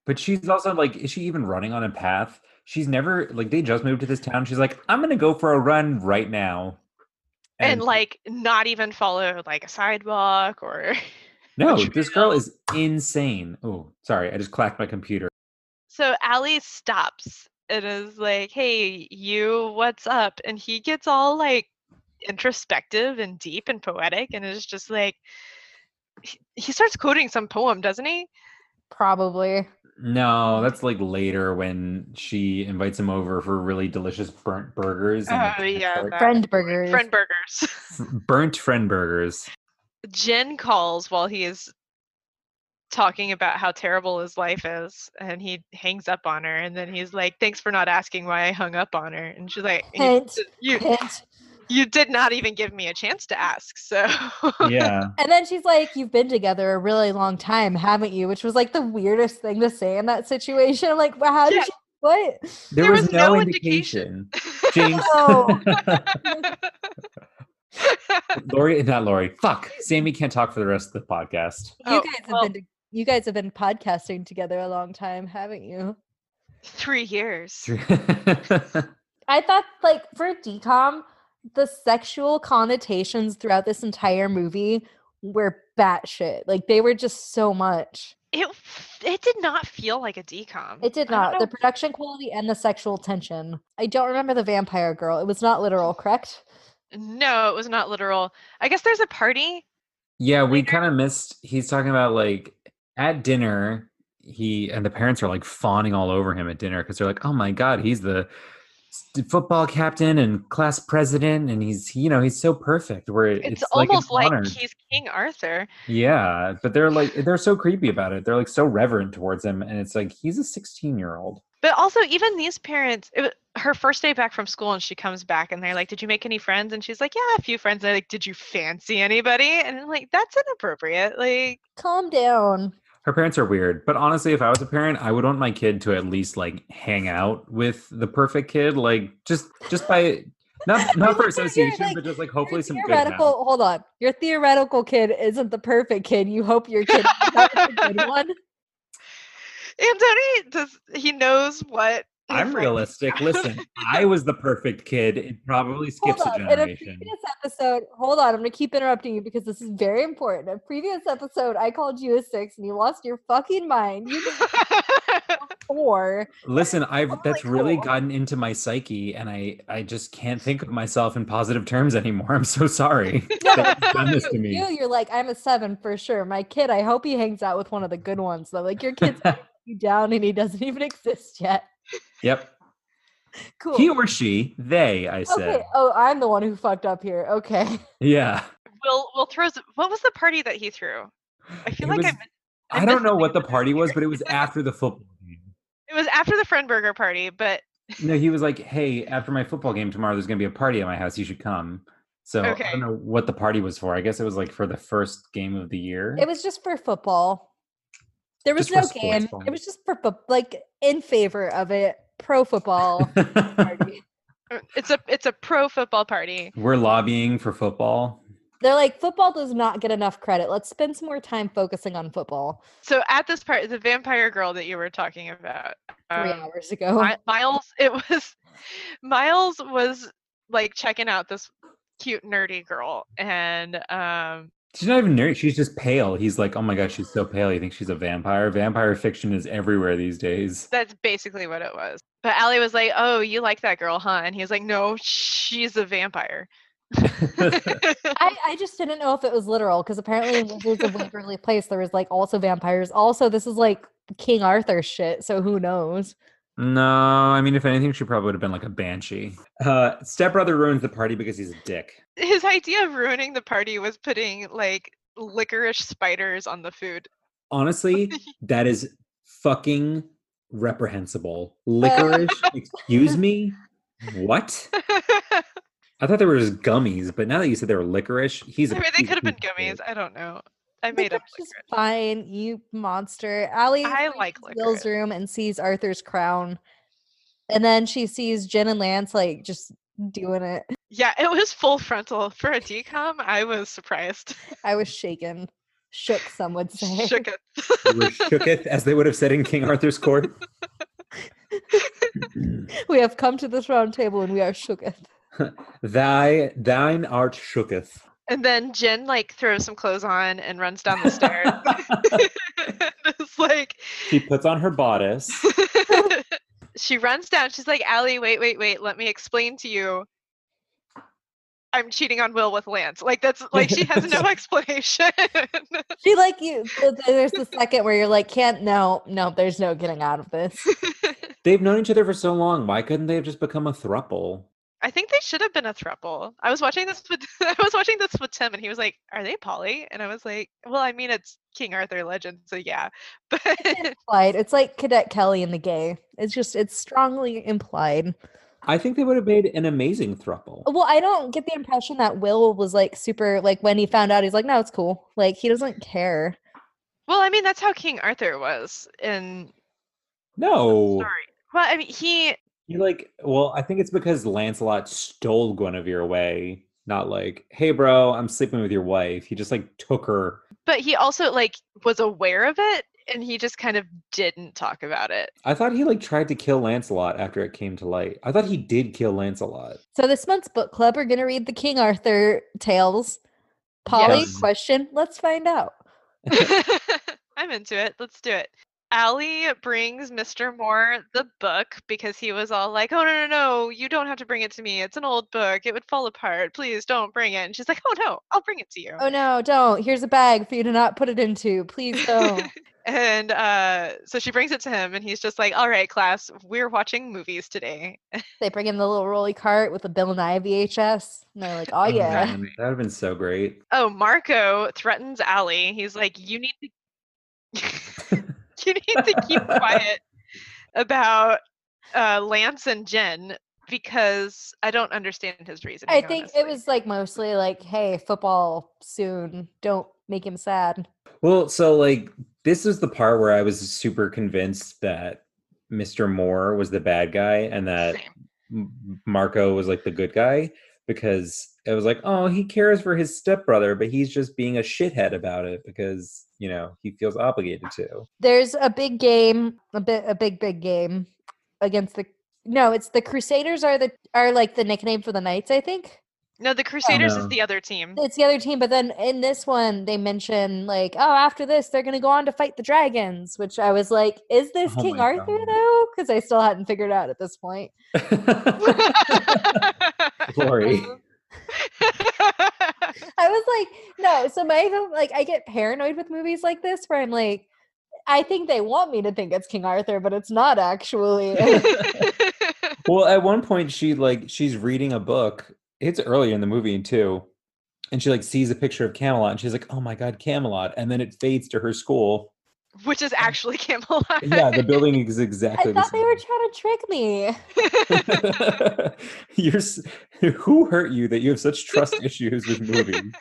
[SPEAKER 4] But she's also like, is she even running on a path? She's never like they just moved to this town. She's like, I'm gonna go for a run right now.
[SPEAKER 1] And, like not even follow like a sidewalk or
[SPEAKER 4] no,
[SPEAKER 1] which
[SPEAKER 4] this girl is insane. Oh, sorry, I just clacked my computer.
[SPEAKER 1] so Allie stops and is like, Hey, you, what's up? And he gets all like introspective and deep and poetic and is just like he, he starts quoting some poem, doesn't he?
[SPEAKER 2] Probably.
[SPEAKER 4] No, that's like later when she invites him over for really delicious burnt burgers. and, like,
[SPEAKER 1] Oh,
[SPEAKER 4] they
[SPEAKER 1] yeah,
[SPEAKER 4] start-
[SPEAKER 1] that-
[SPEAKER 2] Friend burgers.
[SPEAKER 1] Friend burgers.
[SPEAKER 4] burnt friend burgers.
[SPEAKER 1] Jen calls while he is talking about how terrible his life is and he hangs up on her and then he's like thanks for not asking why i hung up on her and she's like you,
[SPEAKER 2] Hint,
[SPEAKER 1] you,
[SPEAKER 2] hint.
[SPEAKER 1] you did not even give me a chance to ask so
[SPEAKER 4] yeah.
[SPEAKER 2] And then she's like, You've been together a really long time, haven't you? Which was like the weirdest thing to say in that situation. I'm like, well, how
[SPEAKER 1] Yeah.
[SPEAKER 2] did she what? Oh,
[SPEAKER 4] There, was, no, indication. James.
[SPEAKER 2] No.
[SPEAKER 4] Lori, not Lori. Fuck. Sammy can't talk for the rest of the podcast.
[SPEAKER 2] you
[SPEAKER 1] Oh,
[SPEAKER 2] guys have
[SPEAKER 1] well-
[SPEAKER 2] been to- you guys have been podcasting together a long time, haven't you?
[SPEAKER 1] three years
[SPEAKER 2] I thought like for decom, the sexual connotations throughout this entire movie were batshit. Like they were just so much.
[SPEAKER 1] it it did not feel like a decom
[SPEAKER 2] It did
[SPEAKER 1] I don't
[SPEAKER 2] not. The production quality and the sexual tension. I don't remember the vampire girl. It was not literal, correct?
[SPEAKER 1] no it was not literal i guess there's a party
[SPEAKER 4] yeah, we kind of missed. He's talking about like at dinner, he and the parents are like fawning all over him at dinner because they're like, oh my God, he's the s- football captain and class president and he's you know he's so perfect where
[SPEAKER 1] it's,
[SPEAKER 4] it's, like an
[SPEAKER 1] almost like,
[SPEAKER 4] honor.
[SPEAKER 1] he's king arthur
[SPEAKER 4] yeah but they're like they're so creepy about it they're like so reverent towards him and it's like he's a 16 year old
[SPEAKER 1] but also even these parents it, wa- her first day back from school and she comes back and they're like did you make any friends and she's like yeah a few friends and they're like did you fancy anybody and I'm like that's inappropriate like
[SPEAKER 2] Calm down.
[SPEAKER 4] Her parents are weird, but honestly, if I was a parent, I would want my kid to at least like hang out with the perfect kid, like just just by not not for
[SPEAKER 2] You're
[SPEAKER 4] association,
[SPEAKER 2] like-
[SPEAKER 4] but just like hopefully
[SPEAKER 2] Your
[SPEAKER 4] some good. mouth.
[SPEAKER 2] theoretical hold on. Your theoretical kid isn't the perfect kid. You hope your kid is not the good one.
[SPEAKER 1] Antony does he knows what
[SPEAKER 4] I'm
[SPEAKER 1] his
[SPEAKER 4] realistic. Listen, I was the perfect kid. It probably skips a
[SPEAKER 2] In a
[SPEAKER 4] generation.
[SPEAKER 2] previous episode, hold on, I'm gonna keep interrupting you because this is very important. A previous episode, I called you a six and you lost your fucking mind. You did four.
[SPEAKER 4] Listen, I've
[SPEAKER 2] totally
[SPEAKER 4] that's really
[SPEAKER 2] cool.
[SPEAKER 4] gotten into my psyche, and I I just can't think of myself in positive terms anymore. I'm so sorry. that you've done this to me.
[SPEAKER 2] You, you're like, I'm a seven for sure. My kid, I hope he hangs out with one of the good ones though. Like your kid's gonna put you down and he doesn't even exist yet.
[SPEAKER 4] Yep,
[SPEAKER 2] Cool.
[SPEAKER 4] he or she, they. I said,
[SPEAKER 2] okay. Oh, I'm the one who fucked up here. Okay.
[SPEAKER 4] yeah.
[SPEAKER 1] Will Will throws what was the party that he threw? I feel
[SPEAKER 4] It
[SPEAKER 1] like I,
[SPEAKER 4] was-
[SPEAKER 1] missed- I
[SPEAKER 4] I don't
[SPEAKER 1] missed
[SPEAKER 4] know
[SPEAKER 1] something
[SPEAKER 4] what the
[SPEAKER 1] about that
[SPEAKER 4] party was,
[SPEAKER 1] either.
[SPEAKER 4] but it was after the football game.
[SPEAKER 1] it was after the friend burger party, but
[SPEAKER 4] No, he was like, "Hey, after my football game tomorrow, there's gonna be a party at my house. You should come." So I
[SPEAKER 1] Okay.
[SPEAKER 4] don't know what the party was for. I guess it was like for the first game of the year.
[SPEAKER 2] It was just for football. There was
[SPEAKER 4] Just for
[SPEAKER 2] no
[SPEAKER 4] sports
[SPEAKER 2] game.
[SPEAKER 4] ball.
[SPEAKER 2] It was just for fo- like in favor of it, pro football party.
[SPEAKER 1] uh, it's a it's a pro football party.
[SPEAKER 4] We're lobbying for football.
[SPEAKER 2] They're like football does not get enough credit. Let's spend some more time focusing on football.
[SPEAKER 1] So at this part, the vampire girl that you were talking about,
[SPEAKER 2] Three
[SPEAKER 1] um,
[SPEAKER 2] hours ago,
[SPEAKER 1] Mi- Miles, it was Miles was like checking out this cute nerdy girl, and um,
[SPEAKER 4] She's not even nerdy. She's just pale. He's like, "Oh my gosh, she's so pale. You think she's a vampire? Vampire fiction is everywhere these days."
[SPEAKER 1] That's basically what it was. But Allie was like, "Oh, you like that girl, huh?" And he was like, "No, she's a vampire."
[SPEAKER 2] I, I just didn't know if it was literal because apparently in Wizards of Waverly Place there was like also vampires. Also, this is like King Arthur shit, so who knows?
[SPEAKER 4] No, I mean, if anything, she probably would have been like a banshee. Uh, stepbrother ruins the party because he's a dick.
[SPEAKER 1] His idea of ruining the party was putting like licorice spiders on the food.
[SPEAKER 4] Honestly, that is fucking reprehensible. Licorice, excuse me? What? I thought they were just gummies, but now that you said they were licorice, he's a
[SPEAKER 1] I mean, they
[SPEAKER 4] he's a
[SPEAKER 1] could have been
[SPEAKER 4] piece of
[SPEAKER 1] gummies.
[SPEAKER 4] shit.
[SPEAKER 1] I don't know. I
[SPEAKER 2] Like,
[SPEAKER 1] made up
[SPEAKER 2] that's just
[SPEAKER 1] licorice.
[SPEAKER 2] fine, you monster. Allie
[SPEAKER 1] I
[SPEAKER 2] goes
[SPEAKER 1] like
[SPEAKER 2] to Will's
[SPEAKER 1] licorice.
[SPEAKER 2] room and sees Arthur's crown. And then she sees Jen and Lance like just doing it.
[SPEAKER 1] Yeah, it was full frontal for a decom. I was surprised.
[SPEAKER 2] I was shaken. Shook, some would say.
[SPEAKER 1] Shook it.
[SPEAKER 4] They were shooketh, as they would have said in King Arthur's court.
[SPEAKER 2] We have come to this round table and we are shooketh.
[SPEAKER 4] Thy thine art shooketh.
[SPEAKER 1] And then Jen like throws some clothes on and runs down the stairs. it's like
[SPEAKER 4] she puts on her bodice.
[SPEAKER 1] she runs down. She's like, Allie, wait, wait, wait. Let me explain to you. I'm cheating on Will with Lance. Like, that's like, she has no explanation.
[SPEAKER 2] She like you th- th- there's the second where you're like, can't no, no, there's no getting out of this.
[SPEAKER 4] They've known each other for so long. Why couldn't they have just become a thruple?
[SPEAKER 1] I think they should have been a throuple. I was watching this with I was watching this with Tim, and he was like, "Are they poly?" And I was like, "Well, I mean, it's King Arthur legend, so yeah." But
[SPEAKER 2] implied. It's like Cadet Kelly and the gay. It's just it's strongly implied.
[SPEAKER 4] I think they would have made an amazing thruple.
[SPEAKER 2] Well, I don't get the impression that Will was like super like when he found out he's like, no, it's cool. Like he doesn't care.
[SPEAKER 1] well, I mean, that's how King Arthur was in
[SPEAKER 4] No.
[SPEAKER 1] story. Well, I mean, he
[SPEAKER 4] You like, well, I think it's because Lancelot stole Guinevere away, not like, hey, bro, I'm sleeping with your wife. He just like took her.
[SPEAKER 1] but he also like was aware of it, and he just kind of didn't talk about it.
[SPEAKER 4] I thought he like tried to kill Lancelot after it came to light. I thought he did kill Lancelot.
[SPEAKER 2] So this month's book club, we're gonna read the King Arthur tales. Polly,
[SPEAKER 5] Yes.
[SPEAKER 2] question. Let's find out.
[SPEAKER 1] I'm into it. Let's do it. Allie brings Mr. Moore the book because he was all like, Oh, no, no, no, you don't have to bring it to me. It's an old book. It would fall apart. Please don't bring it. And she's like, Oh, no, I'll bring it to you.
[SPEAKER 2] Oh no, don't. Here's a bag for you to not put it into. Please don't.
[SPEAKER 1] And uh, so she brings it to him, and he's just like, All right, class, we're watching movies today.
[SPEAKER 2] they bring in the little rolly cart with the Bill and I VHS. And they're like, oh yeah.
[SPEAKER 4] man, that would have been so great.
[SPEAKER 1] Oh, Marco threatens Allie. He's like, You need to, you need to keep quiet about uh, Lance and Jen because I don't understand his reasoning.
[SPEAKER 2] I think
[SPEAKER 1] honestly.
[SPEAKER 2] it was like mostly like, hey, football soon. Don't make him sad.
[SPEAKER 4] Well, so like this is the part where I was super convinced that Mr. Moore was the bad guy and that
[SPEAKER 1] Same.
[SPEAKER 4] M- Marco was like the good guy because it was like, oh, he cares for his stepbrother, but he's just being a shithead about it because, you know, he feels obligated to.
[SPEAKER 2] There's a big game, a bit a big, big game against the no, it's the Crusaders are the are like the nickname for the Knights, I think.
[SPEAKER 1] No, the Crusaders is
[SPEAKER 5] No.
[SPEAKER 1] the other team.
[SPEAKER 4] Mm-hmm.
[SPEAKER 2] It's the other team, but then in this one they mention like, oh, after this they're gonna go on to fight the dragons, which I was like, is this
[SPEAKER 4] Oh
[SPEAKER 2] King
[SPEAKER 4] my
[SPEAKER 2] Arthur
[SPEAKER 4] God.
[SPEAKER 2] though? Because I still hadn't figured out at this point.
[SPEAKER 4] Glory.
[SPEAKER 2] I was like, no. So my whole- like, I get paranoid with movies like this where I'm like, I think they want me to think it's King Arthur, but it's not actually.
[SPEAKER 4] well, at one point she like she's reading a book. It's earlier in the movie too. And she like sees a picture of Camelot and she's like, "Oh my god, Camelot." And then it fades to her school.
[SPEAKER 1] Which is actually Camelot.
[SPEAKER 4] Yeah, the building is
[SPEAKER 2] I
[SPEAKER 4] exactly the
[SPEAKER 2] thought they were
[SPEAKER 4] same.
[SPEAKER 2] trying to trick me.
[SPEAKER 4] You're s- who hurt you that you have such trust issues with movies?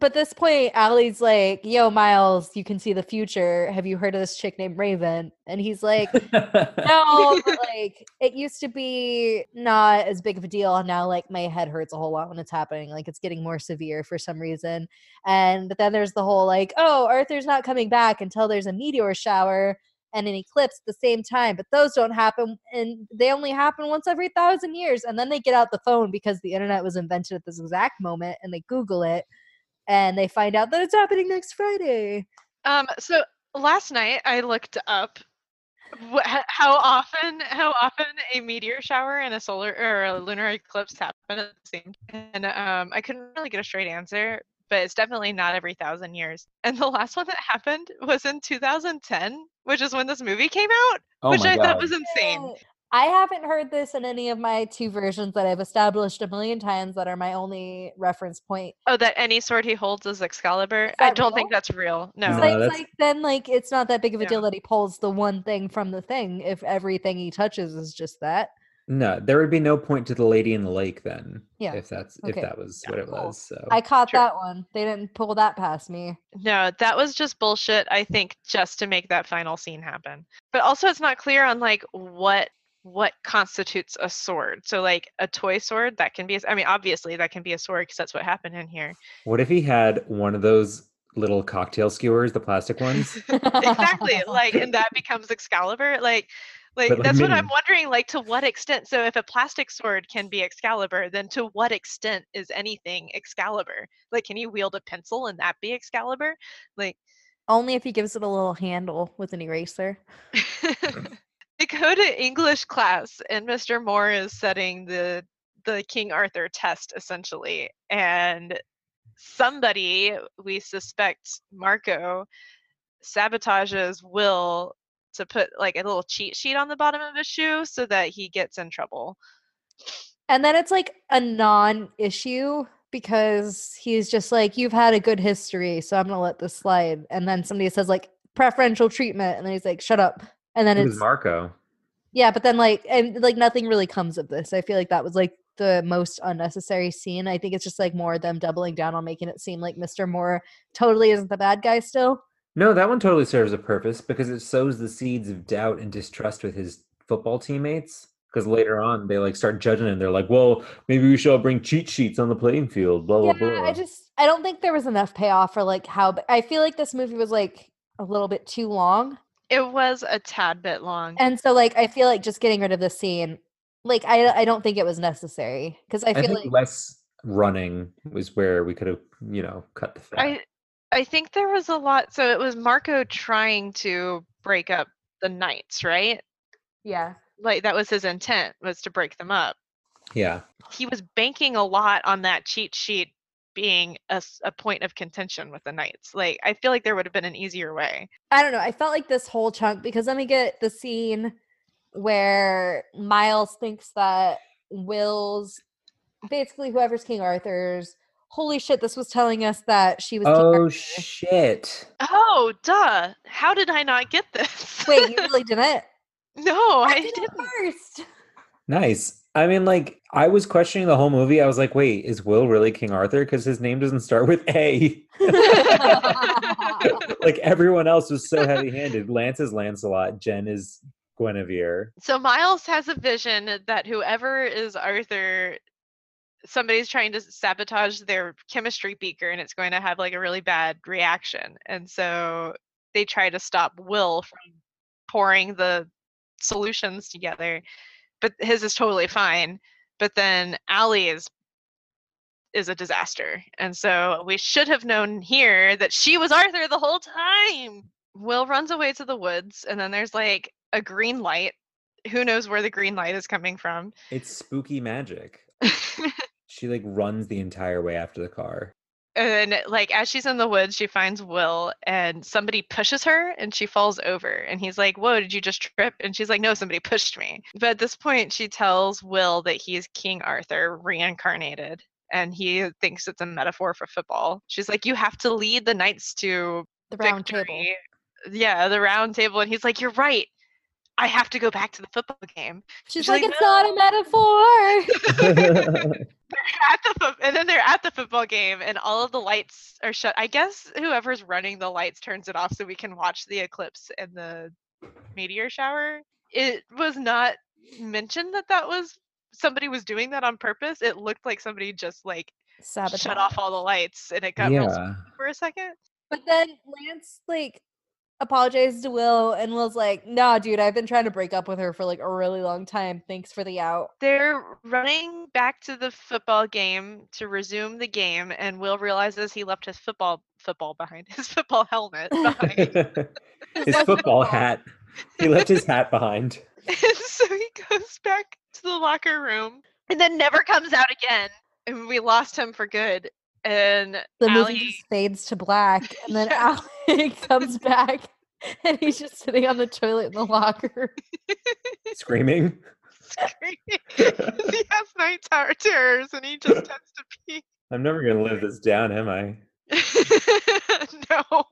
[SPEAKER 2] But this point, Allie's like, "Yo, Miles, you can see the future. Have you heard of this chick named Raven?" And he's like, "No, but like it used to be not as big of a deal. and Now, like my head hurts a whole lot when it's happening. Like it's getting more severe for some reason." And but then there's the whole like, "Oh, Arthur's not coming back until there's a meteor shower." And an eclipse at the same time, but those don't happen, and they only happen once every thousand years. And then they get out the phone because the internet was invented at this exact moment, and they Google it, and they find out that it's happening next Friday.
[SPEAKER 1] um, so last night I looked up wh- h- how often how often a meteor shower and a solar or a lunar eclipse happen at the same time. And um, I couldn't really get a straight answer, but it's definitely not every thousand years. And the last one that happened was in 2010, which is when this movie came out,
[SPEAKER 4] oh
[SPEAKER 1] which
[SPEAKER 4] my
[SPEAKER 1] I
[SPEAKER 4] god.
[SPEAKER 1] thought was insane.
[SPEAKER 2] Yay. I haven't heard this in any of my two versions that I've established a million times that are my only reference point.
[SPEAKER 1] Oh, that any sword he holds is Excalibur.
[SPEAKER 2] Is
[SPEAKER 1] I
[SPEAKER 2] that
[SPEAKER 1] don't think
[SPEAKER 2] real?
[SPEAKER 1] that's real. No.
[SPEAKER 2] So
[SPEAKER 4] No,
[SPEAKER 2] it's
[SPEAKER 4] that's-
[SPEAKER 2] like then like it's not that big of a
[SPEAKER 1] Yeah.
[SPEAKER 2] deal that he pulls the one thing from the thing if everything he touches is just that.
[SPEAKER 4] No, there would be no point to the lady in the lake then.
[SPEAKER 2] Yeah.
[SPEAKER 4] If that's
[SPEAKER 2] Okay.
[SPEAKER 4] if that was
[SPEAKER 2] Yeah,
[SPEAKER 4] what it
[SPEAKER 2] cool.
[SPEAKER 4] was. So
[SPEAKER 2] I caught
[SPEAKER 1] Sure.
[SPEAKER 2] that one. They didn't pull that past me.
[SPEAKER 1] No, that was just bullshit, I think, just to make that final scene happen. But also it's not clear on like what what constitutes a sword. So like a toy sword that can be a s- I mean obviously that can be a sword cuz that's what happened in here.
[SPEAKER 4] what if he had one of those little cocktail skewers, the plastic ones?
[SPEAKER 1] exactly. Like and that becomes Excalibur like like
[SPEAKER 4] But, like,
[SPEAKER 1] that's what I'm
[SPEAKER 4] mini.
[SPEAKER 1] wondering like to what extent so if a plastic sword can be Excalibur then to what extent is anything Excalibur? Like can you wield a pencil and that be Excalibur? Like
[SPEAKER 2] Only if he gives it a little handle with an eraser.
[SPEAKER 1] Dakota English class, and Mr. Moore is setting the the King Arthur test essentially, and somebody we suspect Marco sabotages Will to put like a little cheat sheet on the bottom of his shoe so that he gets in trouble.
[SPEAKER 2] And then it's like a non issue because he's just like, you've had a good history, so I'm going to let this slide. And then somebody says, like, preferential treatment. And then he's like, shut up. And then
[SPEAKER 4] It
[SPEAKER 2] it's,
[SPEAKER 4] was Marco.
[SPEAKER 2] yeah, but then like, and like nothing really comes of this. I feel like that was like the most unnecessary scene. I think it's just like more them doubling down on making it seem like Mr. Moore totally isn't the bad guy still.
[SPEAKER 4] No, that one totally serves a purpose because it sows the seeds of doubt and distrust with his football teammates. Because later on, they like start judging him. They're like, "Well, maybe we should all bring cheat sheets on the playing field." Blah blah
[SPEAKER 2] yeah,
[SPEAKER 4] blah.
[SPEAKER 2] I just I don't think there was enough payoff for like how b- I feel like this movie was like a little bit too long.
[SPEAKER 1] It was a tad bit long.
[SPEAKER 2] And so like I feel like just getting rid of the scene like I I don't think it was necessary cuz I
[SPEAKER 4] I
[SPEAKER 2] feel
[SPEAKER 4] think
[SPEAKER 2] like
[SPEAKER 4] less running was where we could have, you know, cut the fat.
[SPEAKER 1] I I think there was a lot. So it was Marco trying to break up the knights, right?
[SPEAKER 2] yeah.
[SPEAKER 1] Like that was his intent was to break them up.
[SPEAKER 4] yeah,
[SPEAKER 1] He was banking a lot on that cheat sheet being a, s- a point of contention with the knights. Like I feel like there would have been an easier way.
[SPEAKER 2] I don't know. I felt like this whole chunk because then we get the scene where Miles thinks that Will's basically whoever's King Arthur's holy shit this was telling us that she was King
[SPEAKER 4] Oh
[SPEAKER 2] Arthur.
[SPEAKER 4] shit!
[SPEAKER 1] Oh, duh. How did I not get this?
[SPEAKER 2] Wait, you really didn't?
[SPEAKER 1] no,
[SPEAKER 2] I
[SPEAKER 1] I
[SPEAKER 2] did
[SPEAKER 1] didn't.
[SPEAKER 2] it first.
[SPEAKER 4] Nice. I mean, like, I was questioning the whole movie. I was like, "Wait, is Will really King Arthur?" Because his name doesn't start with A. like everyone else was so heavy-handed. Lance is Lancelot. Jen is Guinevere.
[SPEAKER 1] So Miles has a vision that whoever is Arthur, somebody's trying to sabotage their chemistry beaker and it's going to have like a really bad reaction. And so they try to stop Will from pouring the solutions together, but his is totally fine. But then Allie is is a disaster. And so we should have known here that she was Arthur the whole time. Will runs away to the woods and then there's like a green light who knows where the green light is coming from.
[SPEAKER 4] It's spooky magic. She like runs the entire way after the car.
[SPEAKER 1] and like as she's in the woods, she finds Will and somebody pushes her and she falls over and he's like, "Whoa, did you just trip?" And she's like, "No, somebody pushed me." But at this point, she tells Will that he's King Arthur reincarnated and he thinks it's a metaphor for football. She's like, "You have to lead the knights to
[SPEAKER 2] the round table.
[SPEAKER 1] victory." Yeah, the round table and he's like, "You're right. I have to go back to the football game."
[SPEAKER 2] She's
[SPEAKER 1] She's
[SPEAKER 2] like,
[SPEAKER 1] like,
[SPEAKER 2] it's not a metaphor.
[SPEAKER 1] at the fo- and then they're at the football game and all of the lights are shut. I guess whoever's running the lights turns it off so we can watch the eclipse and the meteor shower. It was not mentioned that that was somebody was doing that on purpose. It looked like somebody just like shut off all the lights and it got real spooky
[SPEAKER 4] yeah.
[SPEAKER 1] for a second.
[SPEAKER 2] But then Lance like apologizes to Will and Will's like, nah, dude, I've been trying to break up with her for like a really long time. Thanks for the out.
[SPEAKER 1] They're running back to the football game to resume the game and Will realizes he left his football football behind his football helmet behind.
[SPEAKER 4] his football hat. He left his hat behind.
[SPEAKER 1] And so he goes back to the locker room and then never comes out again. And we lost him for good. And
[SPEAKER 2] The
[SPEAKER 1] Allie,
[SPEAKER 2] movie just fades to black and then
[SPEAKER 1] Yeah.
[SPEAKER 2] Allie comes back and he's just sitting on the toilet in the locker.
[SPEAKER 4] Screaming.
[SPEAKER 1] screaming, 'cause he has night tower terrors and he just tends to pee.
[SPEAKER 4] I'm never gonna live this down, am I?
[SPEAKER 1] no.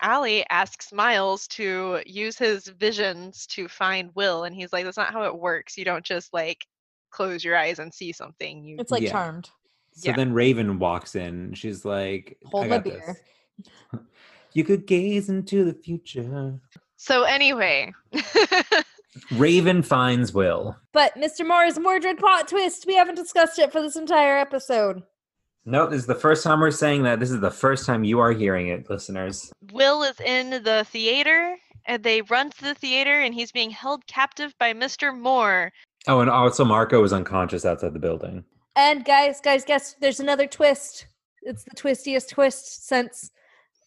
[SPEAKER 1] Allie asks Miles to use his visions to find Will. And he's like, that's not how it works. You don't just like close your eyes and see something. You
[SPEAKER 2] It's like
[SPEAKER 4] Yeah.
[SPEAKER 2] charmed.
[SPEAKER 4] So
[SPEAKER 1] Yeah.
[SPEAKER 4] then Raven walks in. She's like,
[SPEAKER 2] Hold
[SPEAKER 4] I
[SPEAKER 2] my
[SPEAKER 4] got
[SPEAKER 2] beer.
[SPEAKER 4] this. You could gaze into the future.
[SPEAKER 1] So anyway.
[SPEAKER 4] Raven finds Will.
[SPEAKER 2] But Mr. Moore's Mordred plot twist, we haven't discussed it for this entire episode.
[SPEAKER 4] No, this is the first time we're saying that. This is the first time you are hearing it, listeners.
[SPEAKER 1] Will is in the theater, and they run to the theater, and he's being held captive by Mr. Moore.
[SPEAKER 4] Oh, and also Marco is unconscious outside the building.
[SPEAKER 2] And guys, guys, guess there's another twist. It's the twistiest twist since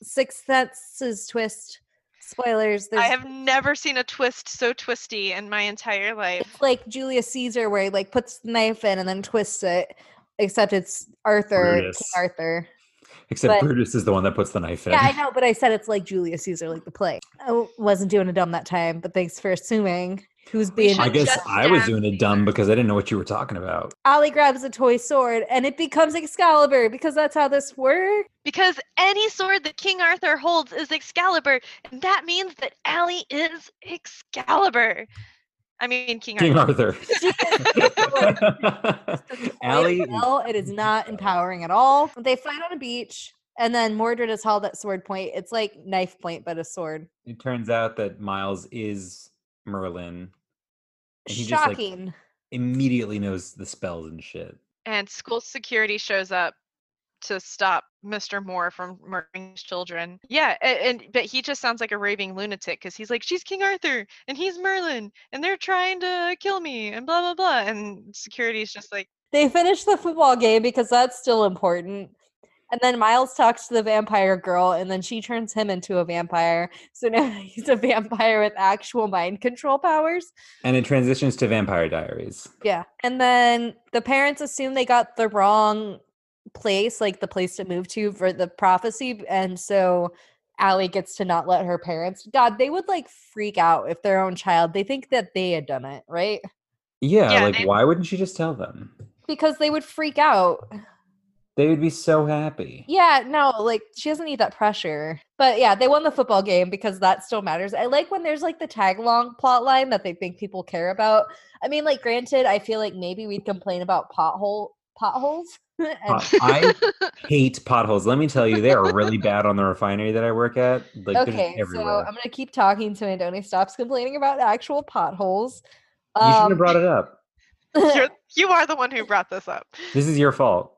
[SPEAKER 2] Sixth Sense's twist. Spoilers. There's
[SPEAKER 1] I have never seen a twist so twisty in my entire life.
[SPEAKER 2] it's like Julius Caesar where he like puts the knife in and then twists it, except it's Arthur, King
[SPEAKER 4] Brutus.
[SPEAKER 2] Arthur.
[SPEAKER 4] Except
[SPEAKER 2] But-
[SPEAKER 4] Brutus is the one that puts the knife in.
[SPEAKER 2] Yeah, I know, but I said it's like Julius Caesar, like the play. I w- wasn't doing a dumb that time, but thanks for assuming. who's being
[SPEAKER 1] should
[SPEAKER 4] I guess
[SPEAKER 1] just
[SPEAKER 4] I was
[SPEAKER 1] have
[SPEAKER 4] doing it dumb because I didn't know what you were talking about.
[SPEAKER 2] Ollie grabs a toy sword and it becomes Excalibur because that's how this works.
[SPEAKER 1] Because any sword that King Arthur holds is Excalibur, and that means that Allie is Excalibur. I mean, King,
[SPEAKER 4] King
[SPEAKER 1] Arthur.
[SPEAKER 4] Arthur. Allie.
[SPEAKER 2] well, it is not empowering at all. They fight on a beach and then Mordred is held at sword point. It's like knife point, but a sword.
[SPEAKER 4] It turns out that Miles is Merlin. And he just like
[SPEAKER 2] Shocking.
[SPEAKER 4] immediately knows the spells and shit.
[SPEAKER 1] And school security shows up to stop Mr. Moore from murdering his children. Yeah, a- and, but he just sounds like a raving lunatic because he's like, she's King Arthur and he's Merlin, and they're trying to kill me, and blah blah blah. And security's just like,
[SPEAKER 2] they finish the football game because that's still important. And then Miles talks to the vampire girl, and then she turns him into a vampire. So now he's a vampire with actual mind control powers.
[SPEAKER 4] And it transitions to Vampire Diaries.
[SPEAKER 2] Yeah. And then the parents assume they got the wrong place, like the place to move to for the prophecy. And so Allie gets to not let her parents. God, they would like freak out if their own child, they think that they had done it, right?
[SPEAKER 4] Yeah,
[SPEAKER 1] Yeah,
[SPEAKER 4] like
[SPEAKER 1] they-
[SPEAKER 4] why wouldn't you just tell them?
[SPEAKER 2] Because they would freak out.
[SPEAKER 4] They would be so happy.
[SPEAKER 2] Yeah, no, like she doesn't need that pressure. But yeah, they won the football game because that still matters. I like when there's like the tag along plot line that they think people care about. I mean, like, granted, I feel like maybe we'd complain about pothole potholes. and-
[SPEAKER 4] Pot- I hate potholes. Let me tell you, they are really bad on the refinery that I work at. Like they're just
[SPEAKER 2] okay, so
[SPEAKER 4] everywhere.
[SPEAKER 2] I'm gonna keep talking to Andoni stops complaining about actual potholes.
[SPEAKER 4] you
[SPEAKER 2] um,
[SPEAKER 4] shouldn't have brought it up.
[SPEAKER 1] You're, you are the one who brought this up.
[SPEAKER 4] This is your fault.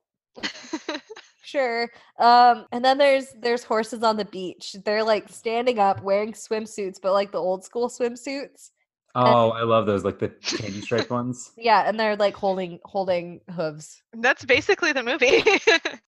[SPEAKER 2] Sure. Um, and then there's there's horses on the beach. They're like standing up, wearing swimsuits, but like the old school swimsuits.
[SPEAKER 4] Oh, I love those, like the candy stripe ones.
[SPEAKER 2] Yeah, and they're like holding holding hooves.
[SPEAKER 1] That's basically the movie.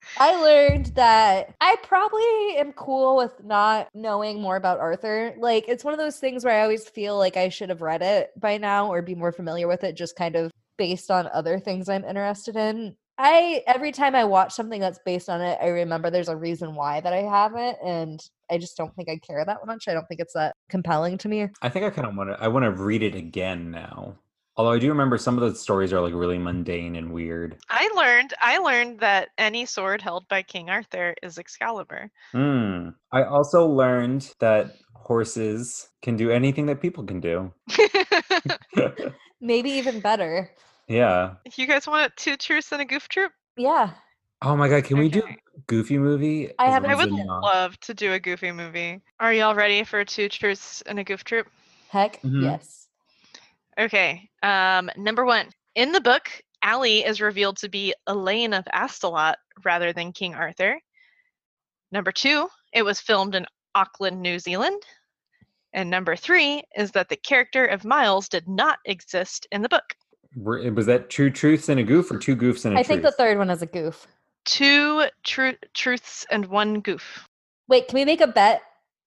[SPEAKER 2] I learned that I probably am cool with not knowing more about Arthur. Like it's one of those things where I always feel like I should have read it by now or be more familiar with it just kind of based on other things I'm interested in. I every time I watch something that's based on it, I remember there's a reason why that I haven't and I just don't think I care that much. I don't think it's that compelling to me.
[SPEAKER 4] I think I kind of want to. I want to read it again now. Although I do remember some of the stories are like really mundane and weird.
[SPEAKER 1] I learned I learned that any sword held by King Arthur is Excalibur.
[SPEAKER 4] Hmm. I also learned that horses can do anything that people can do.
[SPEAKER 2] Maybe even better.
[SPEAKER 4] yeah.
[SPEAKER 1] you guys want two truths and a goof troop?
[SPEAKER 2] Yeah.
[SPEAKER 4] Oh my god, can we do
[SPEAKER 1] Okay.
[SPEAKER 4] Goofy movie?
[SPEAKER 2] I
[SPEAKER 4] as
[SPEAKER 2] have-
[SPEAKER 4] well
[SPEAKER 1] I
[SPEAKER 4] as
[SPEAKER 1] would
[SPEAKER 4] a non-
[SPEAKER 1] love to do a goofy movie. Are y'all ready for two truths and a goof troop?
[SPEAKER 2] Heck
[SPEAKER 4] Mhm.
[SPEAKER 2] yes.
[SPEAKER 1] Okay. Um, number one. In the book, Allie is revealed to be Elaine of Astolat rather than King Arthur. Number two, it was filmed in Auckland, New Zealand. And number three is that the character of Miles did not exist in the book.
[SPEAKER 4] Were- Was that two truths and a goof or two goofs and a
[SPEAKER 2] I think the
[SPEAKER 4] truth?
[SPEAKER 2] third one is a goof.
[SPEAKER 1] Two tru- truths and one goof.
[SPEAKER 2] Wait, can we make a bet?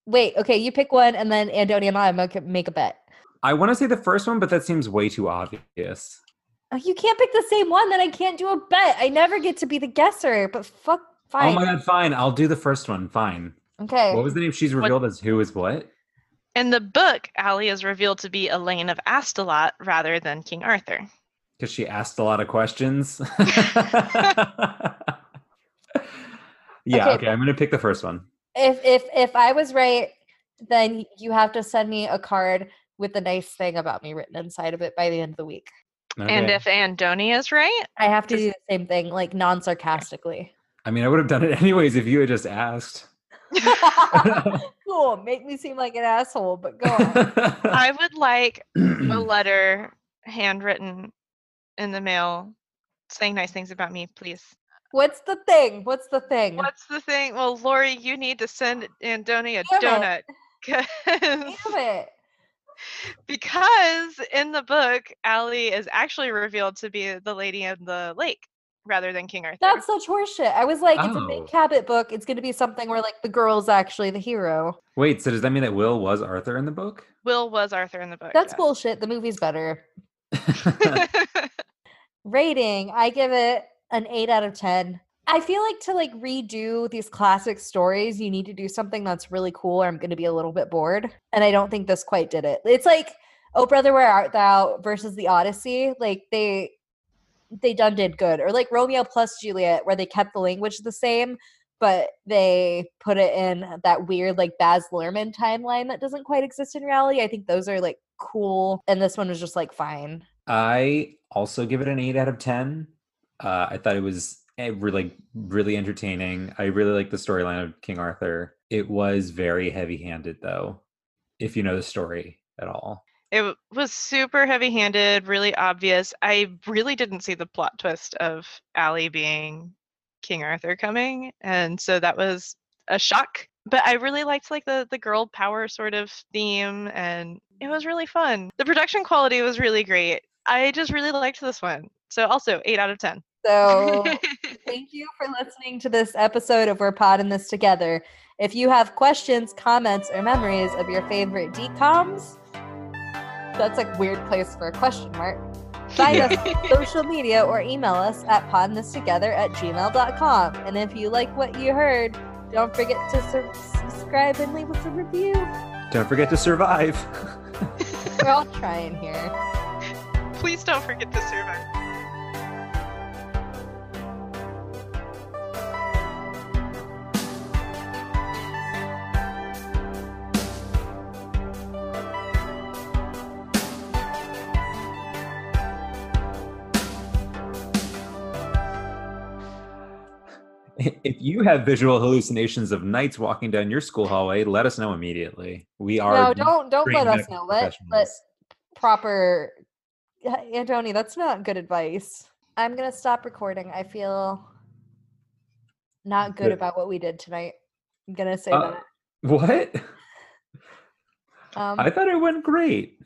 [SPEAKER 2] Wait, okay, you pick one, and then Andoni and I make make a bet.
[SPEAKER 4] I want to say the first one, but that seems way too obvious.
[SPEAKER 2] Oh, you can't pick the same one, then I can't do a bet. I never get to be the guesser. But fuck,
[SPEAKER 4] Oh
[SPEAKER 2] fine.
[SPEAKER 4] my god, fine. I'll do the first one. Fine.
[SPEAKER 2] okay,
[SPEAKER 4] What was the name? She's revealed as who is what?
[SPEAKER 1] In the book, Allie is revealed to be Elaine of Astolat rather than King Arthur.
[SPEAKER 4] Because she asked a lot of questions. yeah,
[SPEAKER 2] Okay.
[SPEAKER 4] okay. I'm gonna pick the first one.
[SPEAKER 2] if if if I was right, then you have to send me a card with a nice thing about me written inside of it by the end of the week.
[SPEAKER 1] And
[SPEAKER 4] Okay.
[SPEAKER 1] if Andoni is right,
[SPEAKER 2] I have to do the same thing, like non sarcastically.
[SPEAKER 4] I mean I would have done it anyways if you had just asked.
[SPEAKER 2] cool, make me seem like an asshole, but go on.
[SPEAKER 1] I would like a
[SPEAKER 2] Mm.
[SPEAKER 1] letter handwritten in the mail saying nice things about me, please.
[SPEAKER 2] What's the thing? What's the thing?
[SPEAKER 1] What's the thing? Well, Lori, you need to send Andoni a
[SPEAKER 2] Damn
[SPEAKER 1] donut. 'cause-
[SPEAKER 2] Damn it.
[SPEAKER 1] because in the book, Allie is actually revealed to be the lady in the lake rather than King Arthur.
[SPEAKER 2] That's such horseshit. I was like, it's a
[SPEAKER 4] Oh.
[SPEAKER 2] big Cabot book. It's going to be something where like the girl's actually the hero.
[SPEAKER 4] Wait, so does that mean that Will was Arthur in the book?
[SPEAKER 1] Will was Arthur in the book.
[SPEAKER 2] That's
[SPEAKER 1] yes.
[SPEAKER 2] bullshit. The movie's better. Rating, I give it an 8 out of 10. I feel like to like redo these classic stories, you need to do something that's really cool or I'm going to be a little bit bored. And I don't think this quite did it. It's like Oh Brother Where Art Thou versus the Odyssey, like they they done did good. Or like Romeo plus Juliet, where they kept the language the same, but they put it in that weird like Baz Luhrmann timeline that doesn't quite exist in reality. I think those are like cool, and this one was just like fine.
[SPEAKER 4] I also give it an eight out of ten. Uh, I thought it was eh, really, really entertaining. I really like the storyline of King Arthur. It was very heavy-handed, though, if you know the story at all.
[SPEAKER 6] It w- was super heavy handed, really obvious. I really didn't see the plot twist of Allie being King Arthur coming. And so that was a shock. But I really liked like the, the girl power sort of theme and it was really fun. The production quality was really great. I just really liked this one. So also eight out of ten.
[SPEAKER 2] So thank you for listening to this episode of We're Podding This Together. If you have questions, comments, or memories of your favorite DCOMs, that's a weird place for a question mark. Find us on social media or email us at podthistogether at gmail.com. And if you like what you heard, don't forget to sur- subscribe and leave us a review.
[SPEAKER 4] Don't forget to survive.
[SPEAKER 2] We're all trying here.
[SPEAKER 6] Please don't forget to survive.
[SPEAKER 4] if you have visual hallucinations of knights walking down your school hallway, let us know immediately. We are
[SPEAKER 2] No, don't don't
[SPEAKER 4] great
[SPEAKER 2] let us
[SPEAKER 4] medical
[SPEAKER 2] know. Let let
[SPEAKER 4] professionals.
[SPEAKER 2] proper Antoni, that's not good advice. I'm gonna stop recording. I feel not good
[SPEAKER 4] Good.
[SPEAKER 2] about what we did tonight. I'm gonna say Mm.
[SPEAKER 4] Uh, What?
[SPEAKER 2] that. Um,
[SPEAKER 4] I thought it went great.